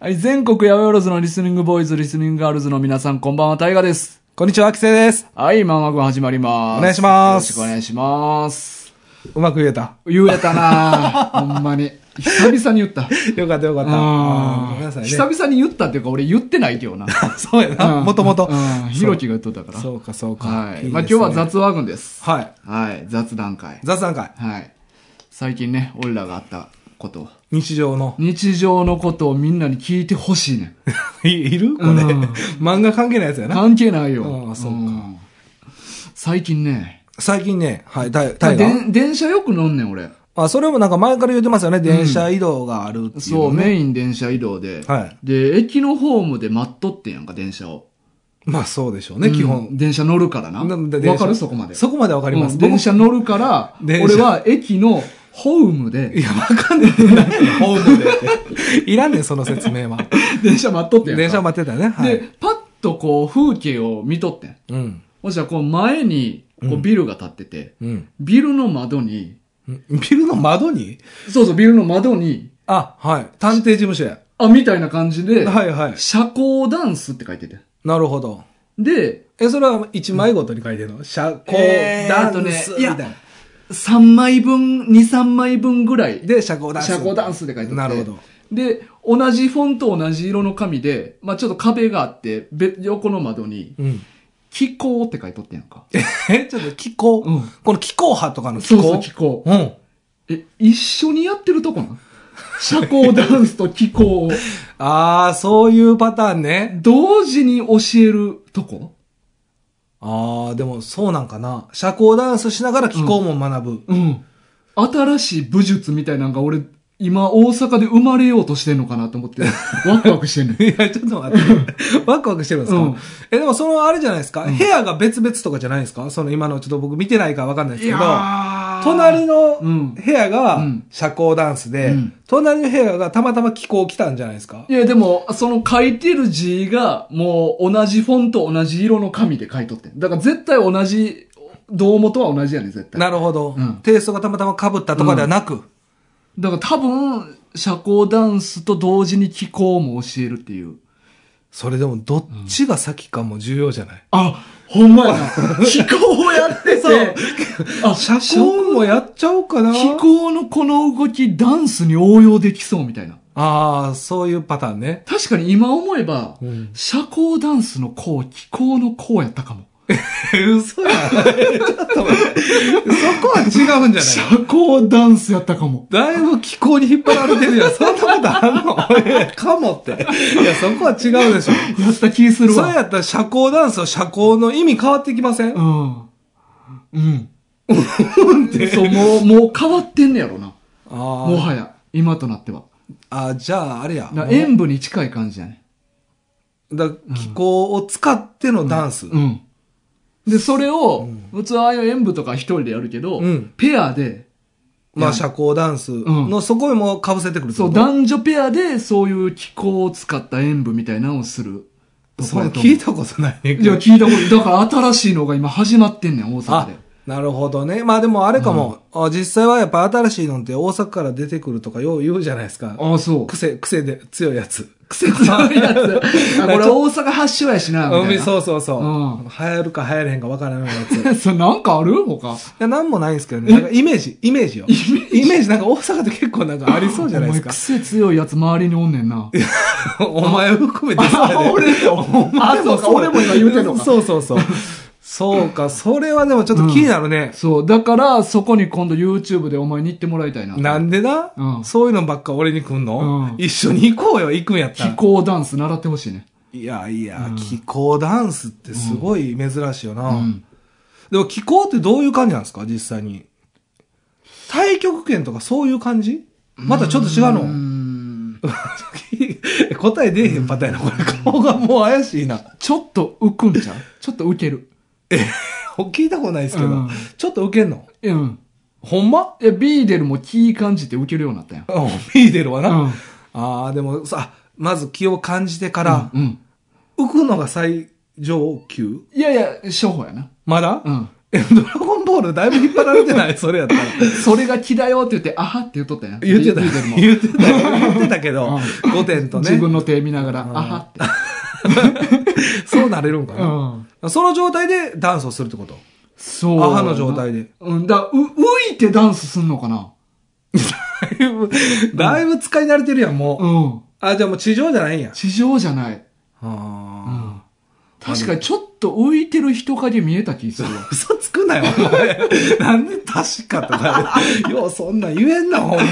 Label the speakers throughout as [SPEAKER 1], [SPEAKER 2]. [SPEAKER 1] はい、全国八百万のリスニングボーイズ、リスニングガールズの皆さん、こんばんは、タイガです。
[SPEAKER 2] こんにちは、アキセイです。
[SPEAKER 1] はい、マンマ軍始まります。
[SPEAKER 2] お願いします
[SPEAKER 1] よろしくお願いします。
[SPEAKER 2] うまく言えた。
[SPEAKER 1] 言えたなほんまに。久々に言 った。
[SPEAKER 2] よかったよかった。
[SPEAKER 1] あ
[SPEAKER 2] あーごめんなさいね。
[SPEAKER 1] 久々に言ったっていうか、俺言ってないけどな。
[SPEAKER 2] そうやな。 もともと
[SPEAKER 1] うん。ひろきが言っとったから。
[SPEAKER 2] そうかそうか。
[SPEAKER 1] はい。
[SPEAKER 2] いいですね
[SPEAKER 1] まあ今日は雑話群です。
[SPEAKER 2] はい。
[SPEAKER 1] はい、雑談会。
[SPEAKER 2] 雑談会。
[SPEAKER 1] はい。最近ね、俺らがあったこと。
[SPEAKER 2] 日常の。
[SPEAKER 1] 日常のことをみんなに聞いてほしいねん。
[SPEAKER 2] いいるこれ。
[SPEAKER 1] うん
[SPEAKER 2] 漫画関係ないやつやな。
[SPEAKER 1] 関係ないよ。
[SPEAKER 2] ああそうか
[SPEAKER 1] ん最近ね、
[SPEAKER 2] 最近ね、はい、タイタイガー。
[SPEAKER 1] 電電車よく乗んねん、俺。
[SPEAKER 2] あ、それもなんか前から言ってますよね。電車移動があるっていう
[SPEAKER 1] そ
[SPEAKER 2] の
[SPEAKER 1] う、
[SPEAKER 2] ね。
[SPEAKER 1] メイン電車移動で。
[SPEAKER 2] はい。
[SPEAKER 1] で、駅のホームで待っとってんやんか、電車を。
[SPEAKER 2] まあそうでしょうね、
[SPEAKER 1] うん
[SPEAKER 2] 基本。
[SPEAKER 1] 電車乗るからな。
[SPEAKER 2] なで電
[SPEAKER 1] わ
[SPEAKER 2] 車
[SPEAKER 1] かるそこまで。
[SPEAKER 2] そこまでわかります。
[SPEAKER 1] うん
[SPEAKER 2] 僕
[SPEAKER 1] 電車乗るから、
[SPEAKER 2] 電車
[SPEAKER 1] 俺は駅のホームで
[SPEAKER 2] い、や、わかんない。 ホームでって。 いらんねん、その説明は。
[SPEAKER 1] 電車待っとってんやんか。
[SPEAKER 2] 電車待ってたね。は
[SPEAKER 1] で、
[SPEAKER 2] い。
[SPEAKER 1] パッとこう、風景を見とってん。
[SPEAKER 2] うん。
[SPEAKER 1] もしはこう、前に、こ
[SPEAKER 2] う
[SPEAKER 1] う、
[SPEAKER 2] ん
[SPEAKER 1] ビルが建ってて、
[SPEAKER 2] うん。
[SPEAKER 1] ビルの窓に、
[SPEAKER 2] ビルの窓に
[SPEAKER 1] そうそう、ビルの窓に、
[SPEAKER 2] あ、はい。探偵事務所や。
[SPEAKER 1] あ、みたいな感じで、
[SPEAKER 2] はいはい。
[SPEAKER 1] 社交ダンスって書いてて。
[SPEAKER 2] なるほど。
[SPEAKER 1] で、
[SPEAKER 2] え、それは一枚ごとに書いてるの社交
[SPEAKER 1] えー
[SPEAKER 2] ダンス
[SPEAKER 1] えーっとね
[SPEAKER 2] みたい
[SPEAKER 1] い
[SPEAKER 2] な。
[SPEAKER 1] 3枚分、2、3枚分ぐらいで、
[SPEAKER 2] で、社交ダンス。
[SPEAKER 1] 社交ダンスって書いてて。
[SPEAKER 2] なるほど。。
[SPEAKER 1] で、同じフォント同じ色の紙で、まあちょっと壁があって、べ横の窓に、
[SPEAKER 2] うん。
[SPEAKER 1] 気候って書いとってんやんか。
[SPEAKER 2] え、ちょっと気候、
[SPEAKER 1] うん
[SPEAKER 2] この気候派とかの気
[SPEAKER 1] そう
[SPEAKER 2] 候
[SPEAKER 1] そう、気候。
[SPEAKER 2] うん。
[SPEAKER 1] え、一緒にやってるとこなん社交ダンスと気候を。
[SPEAKER 2] あー、そういうパターンね。
[SPEAKER 1] 同時に教えるとこ
[SPEAKER 2] あー、でもそうなんかな。社交ダンスしながら気候も学ぶ。
[SPEAKER 1] うん。新しい武術みたいなのが俺、今大阪で生まれようとしてんのかなと思って、ワクワクしてんねん。
[SPEAKER 2] いや、ちょっと待って。ワクワクしてるんですか、
[SPEAKER 1] うん
[SPEAKER 2] え、でもそのあれじゃないですか、部屋が別々とかじゃないですかその今のちょっと僕見てないからわ かんないですけど。隣の
[SPEAKER 1] うん
[SPEAKER 2] 部屋
[SPEAKER 1] う
[SPEAKER 2] が
[SPEAKER 1] ん
[SPEAKER 2] 社交ダンスで、
[SPEAKER 1] うん
[SPEAKER 2] 隣の部屋がたまたま気候来たんじゃないですか
[SPEAKER 1] いや、でも、その書いてる字が、もう同じフォント同じ色の紙で書いとってんだから絶対同じ、どうもとは同じやねん、絶対。
[SPEAKER 2] なるほど、
[SPEAKER 1] うん
[SPEAKER 2] テイストがたまたま被ったとかではなく、
[SPEAKER 1] だから多分、社交ダンスと同時に気候も教えるっていう。
[SPEAKER 2] それでもどっちが先かも重要じゃない、
[SPEAKER 1] あ、ほんまやな。 気候をやって
[SPEAKER 2] そ
[SPEAKER 1] て
[SPEAKER 2] う、
[SPEAKER 1] あ、
[SPEAKER 2] 社交もやっちゃおうかな
[SPEAKER 1] 気候のこの動き、ダンスに応用できそうみたいな。
[SPEAKER 2] ああ、そういうパターンね。
[SPEAKER 1] 確かに今思えば、
[SPEAKER 2] うん
[SPEAKER 1] 社交ダンスの項、気候の項やったかも。
[SPEAKER 2] 嘘や。ちょっと待って。そこは違うんじゃない
[SPEAKER 1] 社交ダンスやったかも。
[SPEAKER 2] だいぶ気候に引っ張られてるやん。そんなことあんのいや かもって。いや、そこは違うでしょ。
[SPEAKER 1] やった気する
[SPEAKER 2] そ
[SPEAKER 1] わ。
[SPEAKER 2] れやったら社交ダンスと社交の意味変わってきません、
[SPEAKER 1] うん。うん。そう、もう、もう変わってんねやろな。
[SPEAKER 2] あ
[SPEAKER 1] も
[SPEAKER 2] ー
[SPEAKER 1] はや、今となっては。
[SPEAKER 2] あ、じゃああれや。
[SPEAKER 1] だ
[SPEAKER 2] もう
[SPEAKER 1] 演舞に近い感じやね。
[SPEAKER 2] だ気候を使ってのダンス。
[SPEAKER 1] うん。で、それを
[SPEAKER 2] ん、
[SPEAKER 1] 普通ああいう演舞とか一人でやるけど、
[SPEAKER 2] うん
[SPEAKER 1] ペアで、
[SPEAKER 2] まあ社交ダンスの、そこにも被せてくるってこ
[SPEAKER 1] そう、
[SPEAKER 2] と
[SPEAKER 1] 男女ペアでそういう気候を使った演舞みたいなのをするとこ
[SPEAKER 2] それ
[SPEAKER 1] やと思う。
[SPEAKER 2] 聞いたことないねんけ
[SPEAKER 1] いや、
[SPEAKER 2] ど。
[SPEAKER 1] 聞いたこと、だから新しいのが今始まってんねん、大阪
[SPEAKER 2] あ
[SPEAKER 1] で。、
[SPEAKER 2] なるほどね。まあでもあれかも、あ実際はやっぱ新しいのって大阪から出てくるとかよう言うじゃないですか。
[SPEAKER 1] ああ、そう。
[SPEAKER 2] 癖、癖で強いやつ。
[SPEAKER 1] 癖強いやつ。あこれ大阪発祥やしな、みた
[SPEAKER 2] 海
[SPEAKER 1] いな。
[SPEAKER 2] そうそうそう。
[SPEAKER 1] うん
[SPEAKER 2] 流行るか流行れへんか分からないやつ。い
[SPEAKER 1] それなんかある他。
[SPEAKER 2] や、なんもないんですけどね。なんかイメージ、イメージよ。イメージなんか大阪って結構なんかありそうじゃないです
[SPEAKER 1] お。
[SPEAKER 2] か
[SPEAKER 1] 前癖強いやつ周りにおんねんな。
[SPEAKER 2] お前を含めてですかね
[SPEAKER 1] あ俺よ
[SPEAKER 2] お前
[SPEAKER 1] あそうか俺も今言うてんのか
[SPEAKER 2] そうそうそう。そうか、それはでもちょっと気になるね。
[SPEAKER 1] そう。だから、そこに今度 YouTube でお前に行ってもらいたいな。
[SPEAKER 2] なんでな、
[SPEAKER 1] うん
[SPEAKER 2] そういうのばっか俺に来んの、
[SPEAKER 1] うん
[SPEAKER 2] 一緒に行こうよ、行くんやった
[SPEAKER 1] 気
[SPEAKER 2] ら。
[SPEAKER 1] 候ダンス習ってほしいね。
[SPEAKER 2] いやいや、
[SPEAKER 1] うん
[SPEAKER 2] 気候ダンスってすごい珍しいよな。
[SPEAKER 1] うん。
[SPEAKER 2] でも気候ってどういう感じなんですか実際に。太極拳とかそういう感じまたちょっと違
[SPEAKER 1] う
[SPEAKER 2] う
[SPEAKER 1] ー
[SPEAKER 2] の
[SPEAKER 1] ん
[SPEAKER 2] 答え出えへんパターンやな。これ顔がもう怪しいな。
[SPEAKER 1] ちょっと浮くんちゃうちょっと浮ける。
[SPEAKER 2] 聞いたことないですけど。
[SPEAKER 1] うん
[SPEAKER 2] ちょっと受けんの
[SPEAKER 1] うん。
[SPEAKER 2] ほんま
[SPEAKER 1] え、ビーデルも気感じて浮けるようになったやん。
[SPEAKER 2] うん、見えてるわな。
[SPEAKER 1] うん
[SPEAKER 2] ああ、でもさ、まず気を感じてから、
[SPEAKER 1] うん。
[SPEAKER 2] 浮くのが最上級
[SPEAKER 1] いやいや、処方やな。
[SPEAKER 2] まだ、
[SPEAKER 1] うん。
[SPEAKER 2] え、ドラゴンボボールだいぶ引っ張られ てないそれやったら。
[SPEAKER 1] それが気だよって言って、あはって言っとったやん。
[SPEAKER 2] 言ってた。
[SPEAKER 1] ビーデルも
[SPEAKER 2] 言ってたよ。言ってたけど、5点と
[SPEAKER 1] 自
[SPEAKER 2] ね。
[SPEAKER 1] 分の手見ながら、あはって。
[SPEAKER 2] そうなれるんか
[SPEAKER 1] う
[SPEAKER 2] な。
[SPEAKER 1] ん。
[SPEAKER 2] その状態でダンスをするってこと。
[SPEAKER 1] そう。
[SPEAKER 2] アハの状態で。
[SPEAKER 1] うん。だからう、浮いてダンスすんのかな
[SPEAKER 2] だいぶだいぶ使い慣れてるやん、も
[SPEAKER 1] う
[SPEAKER 2] う。
[SPEAKER 1] ん。
[SPEAKER 2] あ、じゃあもう地上じゃないんや。
[SPEAKER 1] 地上じゃない。
[SPEAKER 2] あ
[SPEAKER 1] 確かにちょっと浮いてる人影見えた気するわ
[SPEAKER 2] ー。嘘つくなよ、お 前。なんで確かとか。よう、そんなん言えんな、ほんま。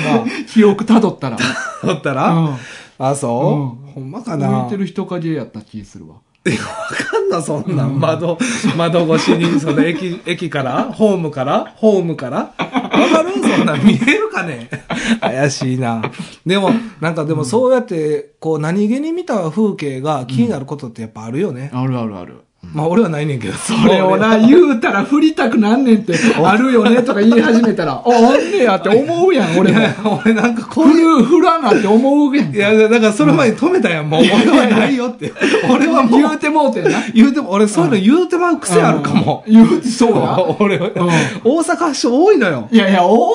[SPEAKER 1] 記憶たどったら。
[SPEAKER 2] だったら、
[SPEAKER 1] うん
[SPEAKER 2] あ、そうう、ほんまかな。
[SPEAKER 1] 浮いてる人影やった気するわ。
[SPEAKER 2] わかんな、そんなん。窓、窓越しに、その駅、駅から、ホームから、ホームから。わかるそんなん見えるかね怪しいな。でも、なんかでもそうやって、こう、何気に見た風景が気になることってやっぱあるよね。
[SPEAKER 1] あるあるある。
[SPEAKER 2] まあ俺はないねんけど。そ
[SPEAKER 1] それをな、言うたら振りたくなんねんって、あるよねとか言い始め たら、あ、あんねやって思うやん、俺
[SPEAKER 2] 俺
[SPEAKER 1] も。
[SPEAKER 2] は、俺なんかこう
[SPEAKER 1] こういう振らなって思うやん
[SPEAKER 2] い。や、だからその前に止めたやん、もう。俺はない よって。俺はも
[SPEAKER 1] 言
[SPEAKER 2] う
[SPEAKER 1] う、てもうてんな。
[SPEAKER 2] 言うても、俺そういうの言うてまう癖あるかも。
[SPEAKER 1] うん。言うて、そうや。
[SPEAKER 2] 俺は、大阪発祥多いのよ。
[SPEAKER 1] いやいや、大阪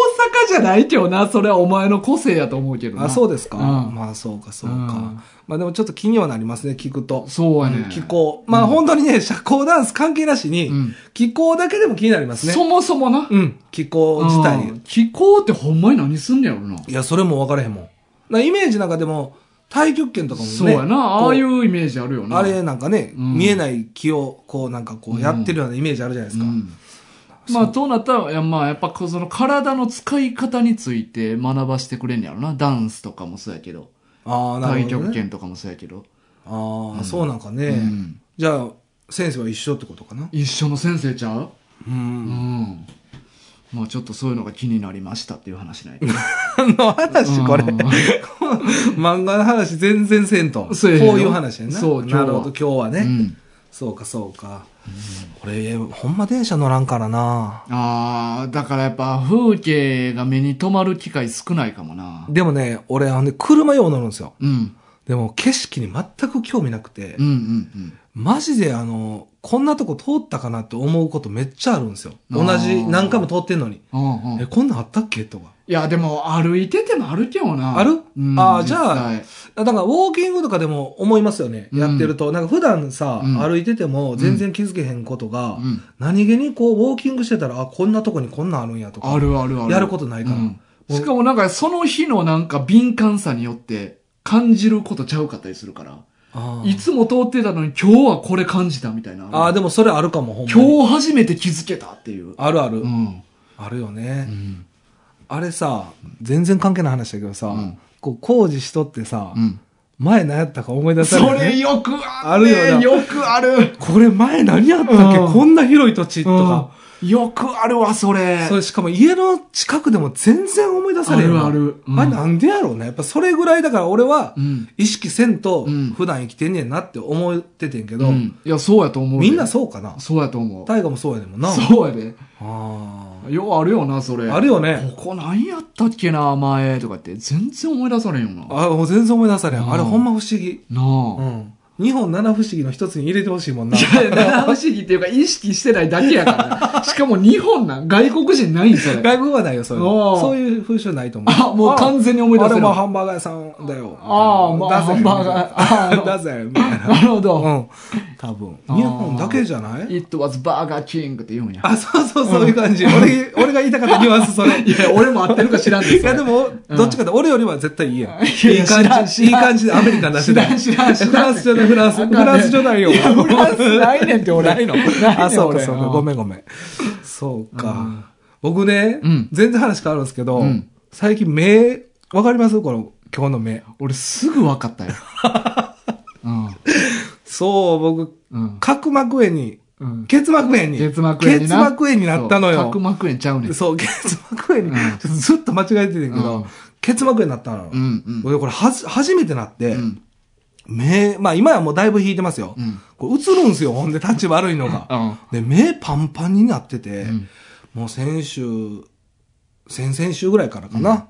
[SPEAKER 1] じゃないけどな、それはお前の個性やと思うけどな。
[SPEAKER 2] あ、そうですか。
[SPEAKER 1] うん
[SPEAKER 2] まあ、そうか、そう
[SPEAKER 1] う
[SPEAKER 2] か
[SPEAKER 1] ん。
[SPEAKER 2] まあ、でもちょっと気にはなりますね、聞くと。
[SPEAKER 1] そうやねん
[SPEAKER 2] 気候。まあ、本当にね、社交ダンス関係なしに
[SPEAKER 1] うん、
[SPEAKER 2] 気候だけでも気になりますね
[SPEAKER 1] そ。もそもな。
[SPEAKER 2] うん、気候自
[SPEAKER 1] うん
[SPEAKER 2] 体。
[SPEAKER 1] 気候ってほんまに何すんねやろな。
[SPEAKER 2] いや、それも分からへんもん。なイメージなんかでも、太極拳とかもね。
[SPEAKER 1] そうやな。
[SPEAKER 2] こ
[SPEAKER 1] ああいうイメージあるよな。
[SPEAKER 2] あれなんかね、
[SPEAKER 1] うん
[SPEAKER 2] 見えない気を、こう、なんかこう、やってるようなイメージあるじゃないで
[SPEAKER 1] う
[SPEAKER 2] すか。
[SPEAKER 1] んまあ、どうなったら、いやまあ、やっぱ、その体の使い方について学ばしてくれんねやろな。ダンスとかもそうやけど。
[SPEAKER 2] ああ、なる
[SPEAKER 1] 太
[SPEAKER 2] ほど、
[SPEAKER 1] 極
[SPEAKER 2] ね。
[SPEAKER 1] 拳とかもそうやけど。
[SPEAKER 2] ああ、そうなんかね。
[SPEAKER 1] うん
[SPEAKER 2] じゃあ、先生は一緒ってことかな。
[SPEAKER 1] 一緒の先生ちゃう
[SPEAKER 2] う。
[SPEAKER 1] うんん。まあ、ちょっとそういうのが気になりましたっていう話 ない。
[SPEAKER 2] 何の話これ。
[SPEAKER 1] うん
[SPEAKER 2] 漫画の話全然せんと。
[SPEAKER 1] そうやねん
[SPEAKER 2] こういう話やな。
[SPEAKER 1] そう今日
[SPEAKER 2] な
[SPEAKER 1] は
[SPEAKER 2] るほど、今日はね。
[SPEAKER 1] うん
[SPEAKER 2] そうか、そうか。俺、ほんま電車乗らんからな。
[SPEAKER 1] ああ、だからやっぱ風景が目に留まる機会少ないかもな。
[SPEAKER 2] でもね、俺、あのね、車用乗るんですよ。
[SPEAKER 1] うん。
[SPEAKER 2] でも、景色に全く興味なくて
[SPEAKER 1] うんう、ん
[SPEAKER 2] マジで、あの、こんなとこ通ったかなって思うことめっちゃあるんですよ。同
[SPEAKER 1] あ
[SPEAKER 2] じ、
[SPEAKER 1] ー
[SPEAKER 2] 何回も通ってんのに。
[SPEAKER 1] うん。うんうん、
[SPEAKER 2] え、
[SPEAKER 1] い
[SPEAKER 2] こんなんあったっけとか。
[SPEAKER 1] や、でも歩いてても歩けよな。
[SPEAKER 2] ある
[SPEAKER 1] うん、
[SPEAKER 2] あーじゃあ
[SPEAKER 1] 実際
[SPEAKER 2] だから、ウォーキングとかでも思いますよね。
[SPEAKER 1] うん
[SPEAKER 2] やってると。なんか、普段さ、
[SPEAKER 1] うん
[SPEAKER 2] 歩いてても全然気づけへんことが、
[SPEAKER 1] うん、
[SPEAKER 2] 何気にこう、ウォーキングしてたら、あ、こんなとこにこんなんあるんやとか。
[SPEAKER 1] あるあるある。
[SPEAKER 2] やることないから
[SPEAKER 1] うん
[SPEAKER 2] もう
[SPEAKER 1] しかもなんかその日のなんか敏感さによって感じることちゃうかったりするから。
[SPEAKER 2] あー
[SPEAKER 1] いつも通ってたのに今日はこれ感じたみたいな。
[SPEAKER 2] あー、でもそれあるかも、ほんまに。
[SPEAKER 1] 今日初めて気づけたっていう。
[SPEAKER 2] あるある、
[SPEAKER 1] うん。
[SPEAKER 2] あるよ
[SPEAKER 1] う
[SPEAKER 2] ね、
[SPEAKER 1] ん。
[SPEAKER 2] あれさ、全然関係ない話だけどさ、
[SPEAKER 1] うん
[SPEAKER 2] こう、工事しとってさ、
[SPEAKER 1] うん。
[SPEAKER 2] 前何やったか思い出さ
[SPEAKER 1] そ
[SPEAKER 2] れる、
[SPEAKER 1] れ
[SPEAKER 2] ね。
[SPEAKER 1] よくあ
[SPEAKER 2] ある
[SPEAKER 1] る
[SPEAKER 2] よな
[SPEAKER 1] ね。よくある。
[SPEAKER 2] これ前何やったっけ、
[SPEAKER 1] うん
[SPEAKER 2] こんな広い土地とか、
[SPEAKER 1] うんよくあるわ、それ。
[SPEAKER 2] それしかも家の近くでも全然思い出されへんわ
[SPEAKER 1] あるあるうん
[SPEAKER 2] あれなんでやろうね。やっぱそれぐらいだから俺は
[SPEAKER 1] う、ん。
[SPEAKER 2] 意識せんと
[SPEAKER 1] うん、
[SPEAKER 2] 普段生きてんねんなって思っててんけど、
[SPEAKER 1] うんいや、そうやと思うで。
[SPEAKER 2] みんなそうかな。
[SPEAKER 1] そうやと思う。
[SPEAKER 2] 大河もそうやねんもんな。
[SPEAKER 1] そうやで。
[SPEAKER 2] あ
[SPEAKER 1] ようあるよな、それ。
[SPEAKER 2] ーあるよね。
[SPEAKER 1] ここ何やったっけな、前とかって。全然思い出されんよな。
[SPEAKER 2] あもう全然思い出されへ。
[SPEAKER 1] うんん
[SPEAKER 2] あれほんま不思議。
[SPEAKER 1] な
[SPEAKER 2] う
[SPEAKER 1] あ。
[SPEAKER 2] ん。日本七不思議の一つに入れてほしいもんな。
[SPEAKER 1] いや、七不思議っていうか、意識してないだけやから な。しかも日本なん、外国人ないん、それ。
[SPEAKER 2] 外国はないよ、そういう
[SPEAKER 1] お
[SPEAKER 2] の。
[SPEAKER 1] ー
[SPEAKER 2] そういう風習ないと思う。
[SPEAKER 1] あ、もう完全に思い出
[SPEAKER 2] あ
[SPEAKER 1] せ
[SPEAKER 2] れ
[SPEAKER 1] る
[SPEAKER 2] も。ハンバーガー屋さんだよ。
[SPEAKER 1] あーまあ
[SPEAKER 2] だぜ
[SPEAKER 1] ハンバーガ ー
[SPEAKER 2] だぜ、みたいな。
[SPEAKER 1] なるほ
[SPEAKER 2] う
[SPEAKER 1] ど。
[SPEAKER 2] ん。多分。
[SPEAKER 1] あー
[SPEAKER 2] 日本だけじゃない
[SPEAKER 1] It was Burger King って言うんや。
[SPEAKER 2] あ、そうそう、そういう感じ。俺、俺が言いたかったニュアンス、それ。
[SPEAKER 1] いや、俺も合ってるか知らんで
[SPEAKER 2] いや、でも、どっちかって、俺よりは絶対いいやん。い
[SPEAKER 1] いや
[SPEAKER 2] い
[SPEAKER 1] 知ら
[SPEAKER 2] 感
[SPEAKER 1] ん
[SPEAKER 2] じ、
[SPEAKER 1] 知
[SPEAKER 2] い
[SPEAKER 1] らん
[SPEAKER 2] い感じでアメリカン出して
[SPEAKER 1] 知らん、知らん、知
[SPEAKER 2] フラ
[SPEAKER 1] らん
[SPEAKER 2] ン。スじ
[SPEAKER 1] あかん
[SPEAKER 2] ゃない、フランス。フ
[SPEAKER 1] ね
[SPEAKER 2] ランスじゃないよ。
[SPEAKER 1] いやフランスないねんって俺
[SPEAKER 2] ないの。
[SPEAKER 1] ないねん
[SPEAKER 2] あ、そうか、
[SPEAKER 1] 俺
[SPEAKER 2] そうか。
[SPEAKER 1] うん
[SPEAKER 2] ごめんごめん。そう
[SPEAKER 1] う
[SPEAKER 2] か。僕ね
[SPEAKER 1] うん、
[SPEAKER 2] 全然話変わるんですけど
[SPEAKER 1] うん、
[SPEAKER 2] 最近目、わかりますこの、今日の目。
[SPEAKER 1] 俺すぐ分か ったよ。うん。
[SPEAKER 2] そう、僕、
[SPEAKER 1] うん。
[SPEAKER 2] 角膜炎に、
[SPEAKER 1] うん。
[SPEAKER 2] 結膜炎に。
[SPEAKER 1] 結膜炎にな。
[SPEAKER 2] 結膜炎になったの
[SPEAKER 1] そう
[SPEAKER 2] よ
[SPEAKER 1] 角。膜炎ちゃうねん。
[SPEAKER 2] そう、結膜炎
[SPEAKER 1] う
[SPEAKER 2] に。
[SPEAKER 1] ん
[SPEAKER 2] ちょっとずっと間違えててんけ
[SPEAKER 1] うん
[SPEAKER 2] ど、結膜炎になったの
[SPEAKER 1] うん
[SPEAKER 2] よ。
[SPEAKER 1] うん。
[SPEAKER 2] 俺、これ、はじ、初めてなっ
[SPEAKER 1] う
[SPEAKER 2] て、
[SPEAKER 1] ん。
[SPEAKER 2] 目、まあ今はもうだいぶ引いてますよ
[SPEAKER 1] う。ん。
[SPEAKER 2] これ映るんすよ、ほんで、立ち悪いのが。で、目パンパンになってて、
[SPEAKER 1] うん
[SPEAKER 2] もう先週、先々週ぐらいからかな。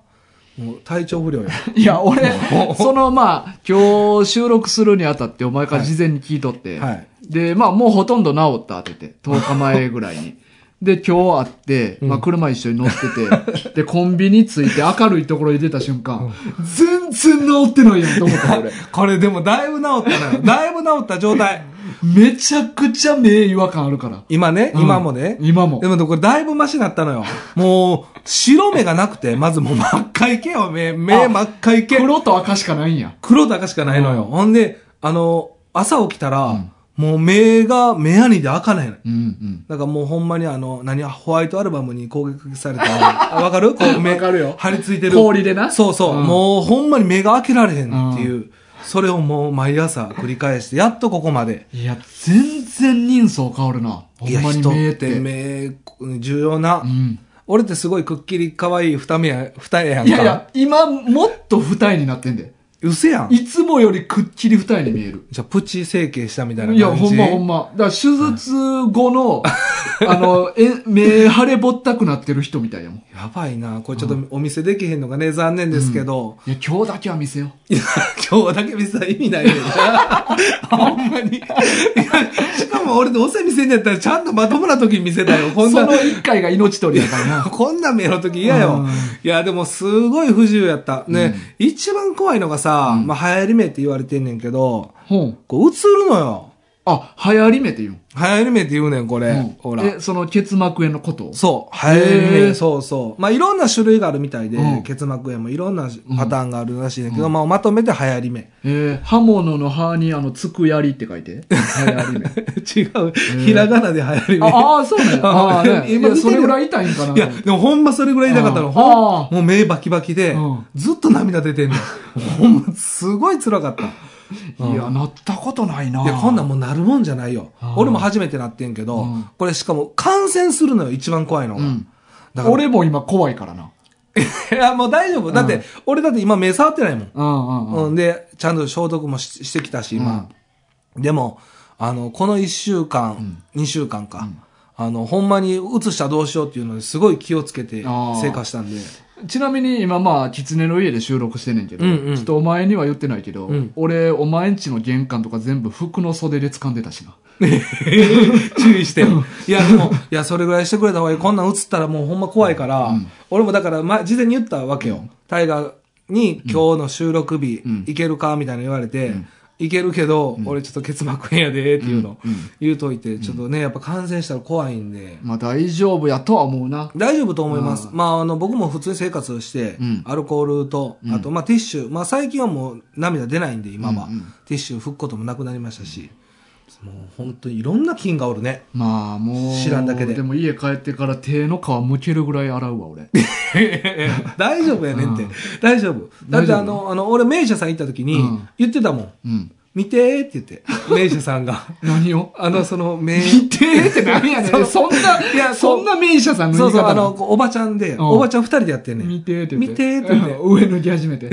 [SPEAKER 2] もう体調不良や。
[SPEAKER 1] いや、俺、そのまあ、今日収録するにあたってお前から事前に聞いとって。
[SPEAKER 2] はいはい
[SPEAKER 1] で、まあもうほとんど治ったって言って、10日前ぐらいに。で、今日会って、まあ、車一緒に乗ってて、で、コンビニ着いて明るいところに出た瞬間、全然治ってないやんと思った、俺。
[SPEAKER 2] これでもだいぶ治ったのよ。だいぶ治った状態。
[SPEAKER 1] めちゃくちゃ目違和感あるから。
[SPEAKER 2] 今ね、
[SPEAKER 1] うん
[SPEAKER 2] 今もね。
[SPEAKER 1] 今も
[SPEAKER 2] でもねこれだいぶマシになったのよ。もう、白目がなくて、まずもう真っ赤いけよ、目。目
[SPEAKER 1] あ
[SPEAKER 2] 真っ赤いけ。
[SPEAKER 1] 黒と赤しかないんや。
[SPEAKER 2] 黒だかしかないのよ。
[SPEAKER 1] うん
[SPEAKER 2] ほんで、あの、朝起きたら、
[SPEAKER 1] うん
[SPEAKER 2] もう目が、目やにで開かないの。
[SPEAKER 1] うんうん。
[SPEAKER 2] なんかもうほんまにあの、何、ホワイトアルバムに攻撃され た。あわかるこう目、
[SPEAKER 1] わかるよ
[SPEAKER 2] 張り付いてる。
[SPEAKER 1] 氷でな
[SPEAKER 2] そうそう。
[SPEAKER 1] うん
[SPEAKER 2] もうほんまに目が開けられへんっていう。それをもう毎朝繰り返して、やっとここまで。
[SPEAKER 1] いや、全然人相変わるな。ほ
[SPEAKER 2] い
[SPEAKER 1] ん
[SPEAKER 2] や、
[SPEAKER 1] まに
[SPEAKER 2] 人
[SPEAKER 1] 目
[SPEAKER 2] っ
[SPEAKER 1] ってて。
[SPEAKER 2] 目、重要な。
[SPEAKER 1] うん。
[SPEAKER 2] 俺ってすごいくっきり可愛い二目や、二重やん
[SPEAKER 1] い
[SPEAKER 2] か。
[SPEAKER 1] やいや、今、もっと二重になってんで。
[SPEAKER 2] うせやん。
[SPEAKER 1] いつもよりくっきり二重に見える。
[SPEAKER 2] じゃあ、プチ整形したみたいない
[SPEAKER 1] や、
[SPEAKER 2] 感じ。
[SPEAKER 1] ほんまほんま。だから手術後の、あの、え、目腫れぼったくなってる人みたいやもん。
[SPEAKER 2] やばいな。これちょっとお見せできへんのがね、残念ですけど。
[SPEAKER 1] いや、今日だけは見せよ
[SPEAKER 2] いや、今日だけ見せたら意味ないね んな。ほんまに。いや、しかも俺どうせ見せんねやったらちゃんとまともな時に見せたよ。こ
[SPEAKER 1] う。
[SPEAKER 2] ん
[SPEAKER 1] そ
[SPEAKER 2] な
[SPEAKER 1] の、一回が命取りやからな。
[SPEAKER 2] こんな目の時嫌よ。
[SPEAKER 1] うん
[SPEAKER 2] いや、でもすごい不自由やった。ね、一番怖いのがさ、まあ、流行り目って言われてんねんけど、
[SPEAKER 1] ほん。
[SPEAKER 2] こう映るのよ。
[SPEAKER 1] あ、流行り目って言うん。
[SPEAKER 2] 流行り目って言うねん、これ。
[SPEAKER 1] うん
[SPEAKER 2] ほら。
[SPEAKER 1] え、その結膜炎のこと
[SPEAKER 2] そう。流行り
[SPEAKER 1] へ
[SPEAKER 2] 目。
[SPEAKER 1] ー
[SPEAKER 2] そうそう。まあ、いろんな種類があるみたいで、
[SPEAKER 1] うん
[SPEAKER 2] 結膜炎もいろんなパターンがあるらしいねんけど、まあ、まとめて流行り目。
[SPEAKER 1] えー、刃物の刃にあの、つくやりって書い て。流行り目。
[SPEAKER 2] 違う。ひらがなで流行り目。
[SPEAKER 1] ああー、そうなんや。ああ、ね、い
[SPEAKER 2] 今
[SPEAKER 1] や、それぐらい痛いんかな。
[SPEAKER 2] いや、でもほんまそれぐらい痛かった
[SPEAKER 1] う
[SPEAKER 2] の。
[SPEAKER 1] ん
[SPEAKER 2] ほん
[SPEAKER 1] あ
[SPEAKER 2] もう目バキバキで
[SPEAKER 1] うん、
[SPEAKER 2] ずっと涙出てんの。 ほんま、すごい辛かった。
[SPEAKER 1] いや、なったことないな。
[SPEAKER 2] いや、こんなんもうなるもんじゃないよ
[SPEAKER 1] あ。ー
[SPEAKER 2] 俺も初めてなってんけど
[SPEAKER 1] うん、
[SPEAKER 2] これしかも感染するのよ、一番怖いのが
[SPEAKER 1] うん。
[SPEAKER 2] だから、
[SPEAKER 1] 俺も今怖いからな。
[SPEAKER 2] いや、もう大丈夫。だっ
[SPEAKER 1] う
[SPEAKER 2] て
[SPEAKER 1] ん、
[SPEAKER 2] 俺だって今目触ってないもん。
[SPEAKER 1] うんうんうん。
[SPEAKER 2] うん、で、ちゃんと消毒もししてきたし、今。でも、あの、この1週間、二2週間か、あの、ほんまに移したらどうしようっていうのにすごい気をつけて
[SPEAKER 1] あー
[SPEAKER 2] 生活し たんで。
[SPEAKER 1] ちなみに今まあ、狐の家で収録してんねんけど、
[SPEAKER 2] うんうん
[SPEAKER 1] ちょっとお前には言ってないけど、
[SPEAKER 2] うん
[SPEAKER 1] 俺、お前んちの玄関とか全部服の袖で掴んでたしな。
[SPEAKER 2] 注意してよ。いや、でも、いや、それぐらいしてくれた方がいい。こんなん映ったらもうほんま怖いから、俺もだから、ま、事前に言ったわけよ。タイガーに今日の収録日、
[SPEAKER 1] うん
[SPEAKER 2] 行けるかみたいな言われて、行けるけど、俺ちょっと結膜炎やで、っていうの、
[SPEAKER 1] うんうん
[SPEAKER 2] 言うといて、ちょっとね、やっぱ感染したら怖いんで、
[SPEAKER 1] まあ大丈夫やとは思うな。
[SPEAKER 2] 大丈夫と思います。まあ、あの、僕も普通に生活して、
[SPEAKER 1] うん
[SPEAKER 2] アルコールと、あと、まあ、ティッシュ。まあ、最近はもう涙出ないんで、今は。
[SPEAKER 1] うんうん
[SPEAKER 2] ティッシュ拭くこともなくなりましたし、もう本当にいろんな菌がおる ね。
[SPEAKER 1] まあもう。
[SPEAKER 2] 知らんだけで
[SPEAKER 1] でも家帰ってから手の皮むけるぐらい洗うわ、俺。
[SPEAKER 2] 大丈夫やねんって
[SPEAKER 1] うん。
[SPEAKER 2] 大丈夫。だってあの、あの、俺、名医者さん行った時に
[SPEAKER 1] うん、
[SPEAKER 2] 言ってたもん。
[SPEAKER 1] うん。
[SPEAKER 2] 見てーって言って、名医者さん が。
[SPEAKER 1] 何を
[SPEAKER 2] あの、その、名
[SPEAKER 1] 見て って何やねん。そんな、
[SPEAKER 2] いや
[SPEAKER 1] そんな 名医者さんの
[SPEAKER 2] そ
[SPEAKER 1] 言
[SPEAKER 2] う
[SPEAKER 1] い
[SPEAKER 2] そう、
[SPEAKER 1] 方
[SPEAKER 2] あ
[SPEAKER 1] な
[SPEAKER 2] の、
[SPEAKER 1] の
[SPEAKER 2] こうおばちゃんで、
[SPEAKER 1] ん
[SPEAKER 2] おばちゃん二人でやってんねん。
[SPEAKER 1] 見てって
[SPEAKER 2] 見てって言って
[SPEAKER 1] うん 上脱ぎ始 めて。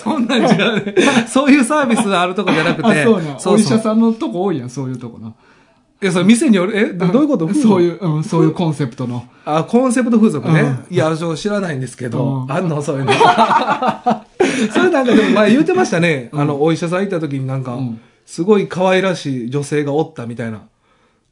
[SPEAKER 2] そんなん違うね。そういうサービスがあるとこじゃなく
[SPEAKER 1] あ、
[SPEAKER 2] て。
[SPEAKER 1] そうなん。
[SPEAKER 2] そ
[SPEAKER 1] お
[SPEAKER 2] う
[SPEAKER 1] 医
[SPEAKER 2] そ
[SPEAKER 1] 者
[SPEAKER 2] う。
[SPEAKER 1] さんのとこ多いやん、そういうとこな。
[SPEAKER 2] いや、それ店による、え、どどういうこと。
[SPEAKER 1] そういうう、うん、そういうコンセプトの。
[SPEAKER 2] あ、コンセプト風俗ね。
[SPEAKER 1] う
[SPEAKER 2] いや、そう知らないんですけど
[SPEAKER 1] う、ん
[SPEAKER 2] あんのそういうの。 それなんかでも前言ってましたね。あの、お医者さん行った時になんか
[SPEAKER 1] うん、
[SPEAKER 2] すごい可愛らしい女性がおったみたいな。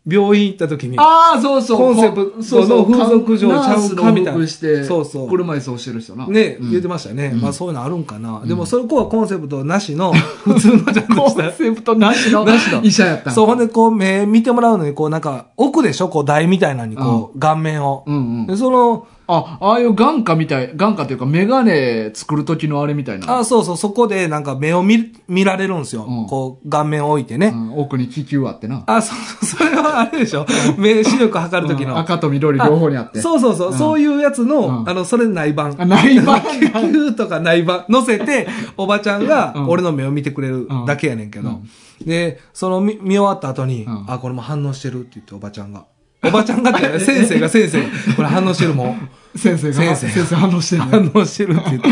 [SPEAKER 2] 病院行った時に。
[SPEAKER 1] ああ、そうそう。
[SPEAKER 2] コンセプト
[SPEAKER 1] そうそう
[SPEAKER 2] の風俗嬢ちゃうかみた
[SPEAKER 1] ナースの
[SPEAKER 2] いな
[SPEAKER 1] 服して、
[SPEAKER 2] そうそう
[SPEAKER 1] 車椅子をしてる人な。
[SPEAKER 2] ね、
[SPEAKER 1] うん
[SPEAKER 2] 言ってましたね。まあそういうのあるんかな。でもそこはコンセプトな しの、普通のちゃんと
[SPEAKER 1] コ
[SPEAKER 2] した
[SPEAKER 1] ンセプトなしの
[SPEAKER 2] なしの
[SPEAKER 1] 医者やったん
[SPEAKER 2] そう、ほんで、こう、目見てもらうのに、こう、なんか、奥でしょこう、台みたいなのに、こう、顔面を。
[SPEAKER 1] うんうん。
[SPEAKER 2] で、その、
[SPEAKER 1] あ、ああいう眼科みたい、眼科っていうかメガネ作る時のあれみたいな。
[SPEAKER 2] あ、そうそう、そこで、なんか、目を見、見られるんですよ。
[SPEAKER 1] うん
[SPEAKER 2] こう、顔面を置いてね。
[SPEAKER 1] うん奥に気球あってな。
[SPEAKER 2] あ、そう そう、それはあれでしょ目、視力測る時
[SPEAKER 1] うん
[SPEAKER 2] の。
[SPEAKER 1] 赤と緑両方にあって。
[SPEAKER 2] そうそうそう、
[SPEAKER 1] うん
[SPEAKER 2] そういうやつの、
[SPEAKER 1] うん
[SPEAKER 2] あの、それ内番。
[SPEAKER 1] あ内番
[SPEAKER 2] キュー とか内番乗せて、おばちゃん
[SPEAKER 1] う
[SPEAKER 2] が
[SPEAKER 1] ん
[SPEAKER 2] 俺の目を見てくれるだけやねんけど。で、その見見終わった後に、
[SPEAKER 1] うん
[SPEAKER 2] あ、これも反応してるって言っておばちゃんが。おばちゃんが って、先生が先生が、これ反応してるもん。
[SPEAKER 1] 先生が、
[SPEAKER 2] 先生
[SPEAKER 1] 先生反応してるね
[SPEAKER 2] 反応してるって言っ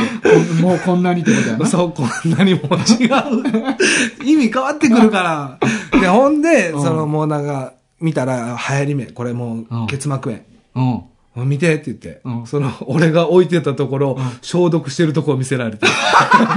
[SPEAKER 2] て。
[SPEAKER 1] もうこんなにってことやな。
[SPEAKER 2] そう、こんなにも違う。 意味変わってくるから。で、ほんで、
[SPEAKER 1] うん
[SPEAKER 2] そのもうなんか、見たら、流行り目。これもう
[SPEAKER 1] うん、
[SPEAKER 2] 結膜炎。
[SPEAKER 1] うん。
[SPEAKER 2] 見てって言って、
[SPEAKER 1] うん
[SPEAKER 2] その、俺が置いてたところ、消毒してるとこを見せら れて。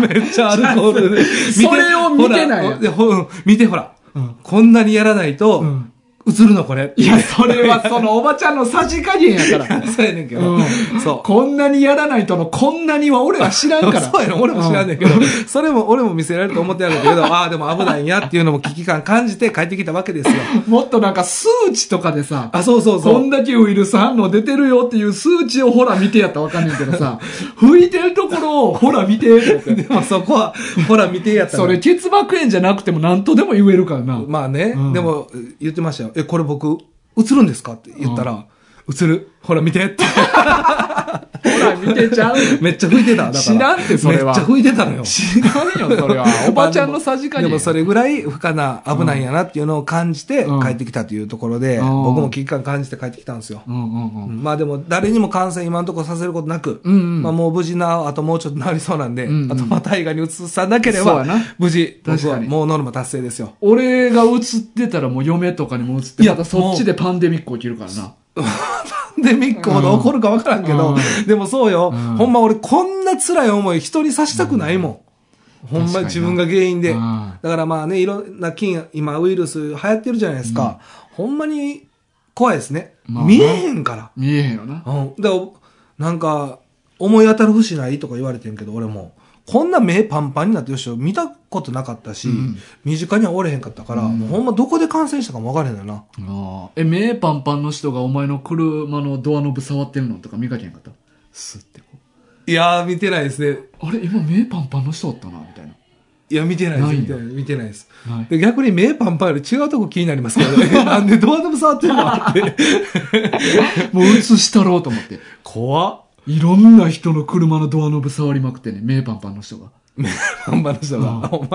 [SPEAKER 2] めっちゃアルコールで。
[SPEAKER 1] それを見てないやん
[SPEAKER 2] ほらでほ見てほら、
[SPEAKER 1] うん
[SPEAKER 2] こんなにやらないと、
[SPEAKER 1] うん
[SPEAKER 2] 映るのこれ。
[SPEAKER 1] いや、それはそのおばちゃんのさじ加減や から。
[SPEAKER 2] そうやねんけど。
[SPEAKER 1] うん
[SPEAKER 2] そう。
[SPEAKER 1] こんなにやらないとのこんなには俺は知ら んから。
[SPEAKER 2] そうやろ、俺も知らんねんけど、それも、俺も見せられると思ってやるんだけど、ああ、でも危ないんやっていうのも危機感感じて帰ってきたわけですよ。
[SPEAKER 1] もっとなんか数値とかでさ、
[SPEAKER 2] あ、そうそうそ
[SPEAKER 1] こ
[SPEAKER 2] う。
[SPEAKER 1] んだけウイルス反応出てるよっていう数値をほら見てやったらわかんねんけど さ、拭いてるところをほら見てと思 って
[SPEAKER 2] でもそこは、ほら見てやったら
[SPEAKER 1] それ、結膜炎じゃなくても何とでも言えるから な。
[SPEAKER 2] まあね、
[SPEAKER 1] うん
[SPEAKER 2] でも言ってましたよ。え、これ僕、映るんですかって言ったら、映る。ほら見て って。
[SPEAKER 1] ほら見てちゃう。
[SPEAKER 2] めっちゃ吹いてた。だから
[SPEAKER 1] 知らんってそれは
[SPEAKER 2] めっちゃ吹いてたのよ。
[SPEAKER 1] 知らんよ、それは。 おばちゃんのさじ加
[SPEAKER 2] で
[SPEAKER 1] 減。
[SPEAKER 2] もそれぐらい不可な、危ないんやなっていうのを感じて
[SPEAKER 1] うん
[SPEAKER 2] 帰ってきたというところで、
[SPEAKER 1] うん
[SPEAKER 2] 僕も危機感感じて帰ってきたんですよ。
[SPEAKER 1] うんうんうん。
[SPEAKER 2] まあでも誰にも感染今のところさせることなく、
[SPEAKER 1] うんうん
[SPEAKER 2] まあもう無事な、あともうちょっと治りそうなんで、
[SPEAKER 1] うんうん
[SPEAKER 2] あとまあ大河に移さなけれ
[SPEAKER 1] そうや
[SPEAKER 2] ば
[SPEAKER 1] な、
[SPEAKER 2] 無事、僕
[SPEAKER 1] 確
[SPEAKER 2] は
[SPEAKER 1] かに
[SPEAKER 2] もうノルマ達成ですよ。
[SPEAKER 1] 俺が映ってたらもう嫁とかにも映って、
[SPEAKER 2] いや
[SPEAKER 1] またそっちでパンデミック起きるからな。
[SPEAKER 2] で、ミックほど怒るか分からんけど、
[SPEAKER 1] う
[SPEAKER 2] でもそうよ、
[SPEAKER 1] うん
[SPEAKER 2] ほんま俺こんな辛い思い人にさしたくないもん。
[SPEAKER 1] うん
[SPEAKER 2] ほんま自分が原因で。
[SPEAKER 1] うん
[SPEAKER 2] だからまあね、いろんな菌、今ウイルス流行ってるじゃないですか。ほんまに怖いですね。
[SPEAKER 1] まあ
[SPEAKER 2] 見えへんから。
[SPEAKER 1] 見えへんよな。
[SPEAKER 2] うん。で、おなんか、思い当たる節ないとか言われてんけど、俺も。こんな目パンパンになってる人見たことなかったし、
[SPEAKER 1] うん
[SPEAKER 2] 身近にはおれへんかったから、
[SPEAKER 1] うん
[SPEAKER 2] もうほんまどこで感染したかも分からへんのよな。
[SPEAKER 1] ああ。え、目パンパンの人がお前の車のドアノブ触ってるのとか見かけへんかったスッてこう。
[SPEAKER 2] いやー、見てないですね。
[SPEAKER 1] あれ今目パンパンの人おったなみたい
[SPEAKER 2] いや、見てないです。
[SPEAKER 1] ない
[SPEAKER 2] 見
[SPEAKER 1] ん
[SPEAKER 2] て
[SPEAKER 1] や
[SPEAKER 2] ない見てないです。
[SPEAKER 1] な。ない。
[SPEAKER 2] で逆に目パンパンより違うとこ気になりますけど ね。なんでドアノブ触ってんのって。
[SPEAKER 1] もう映したろうと思って。
[SPEAKER 2] 怖っ。
[SPEAKER 1] いろんな人の車のドアノブ触りまくってね、目パンパンの人が。
[SPEAKER 2] 目パンパンの人
[SPEAKER 1] うん
[SPEAKER 2] が。お前、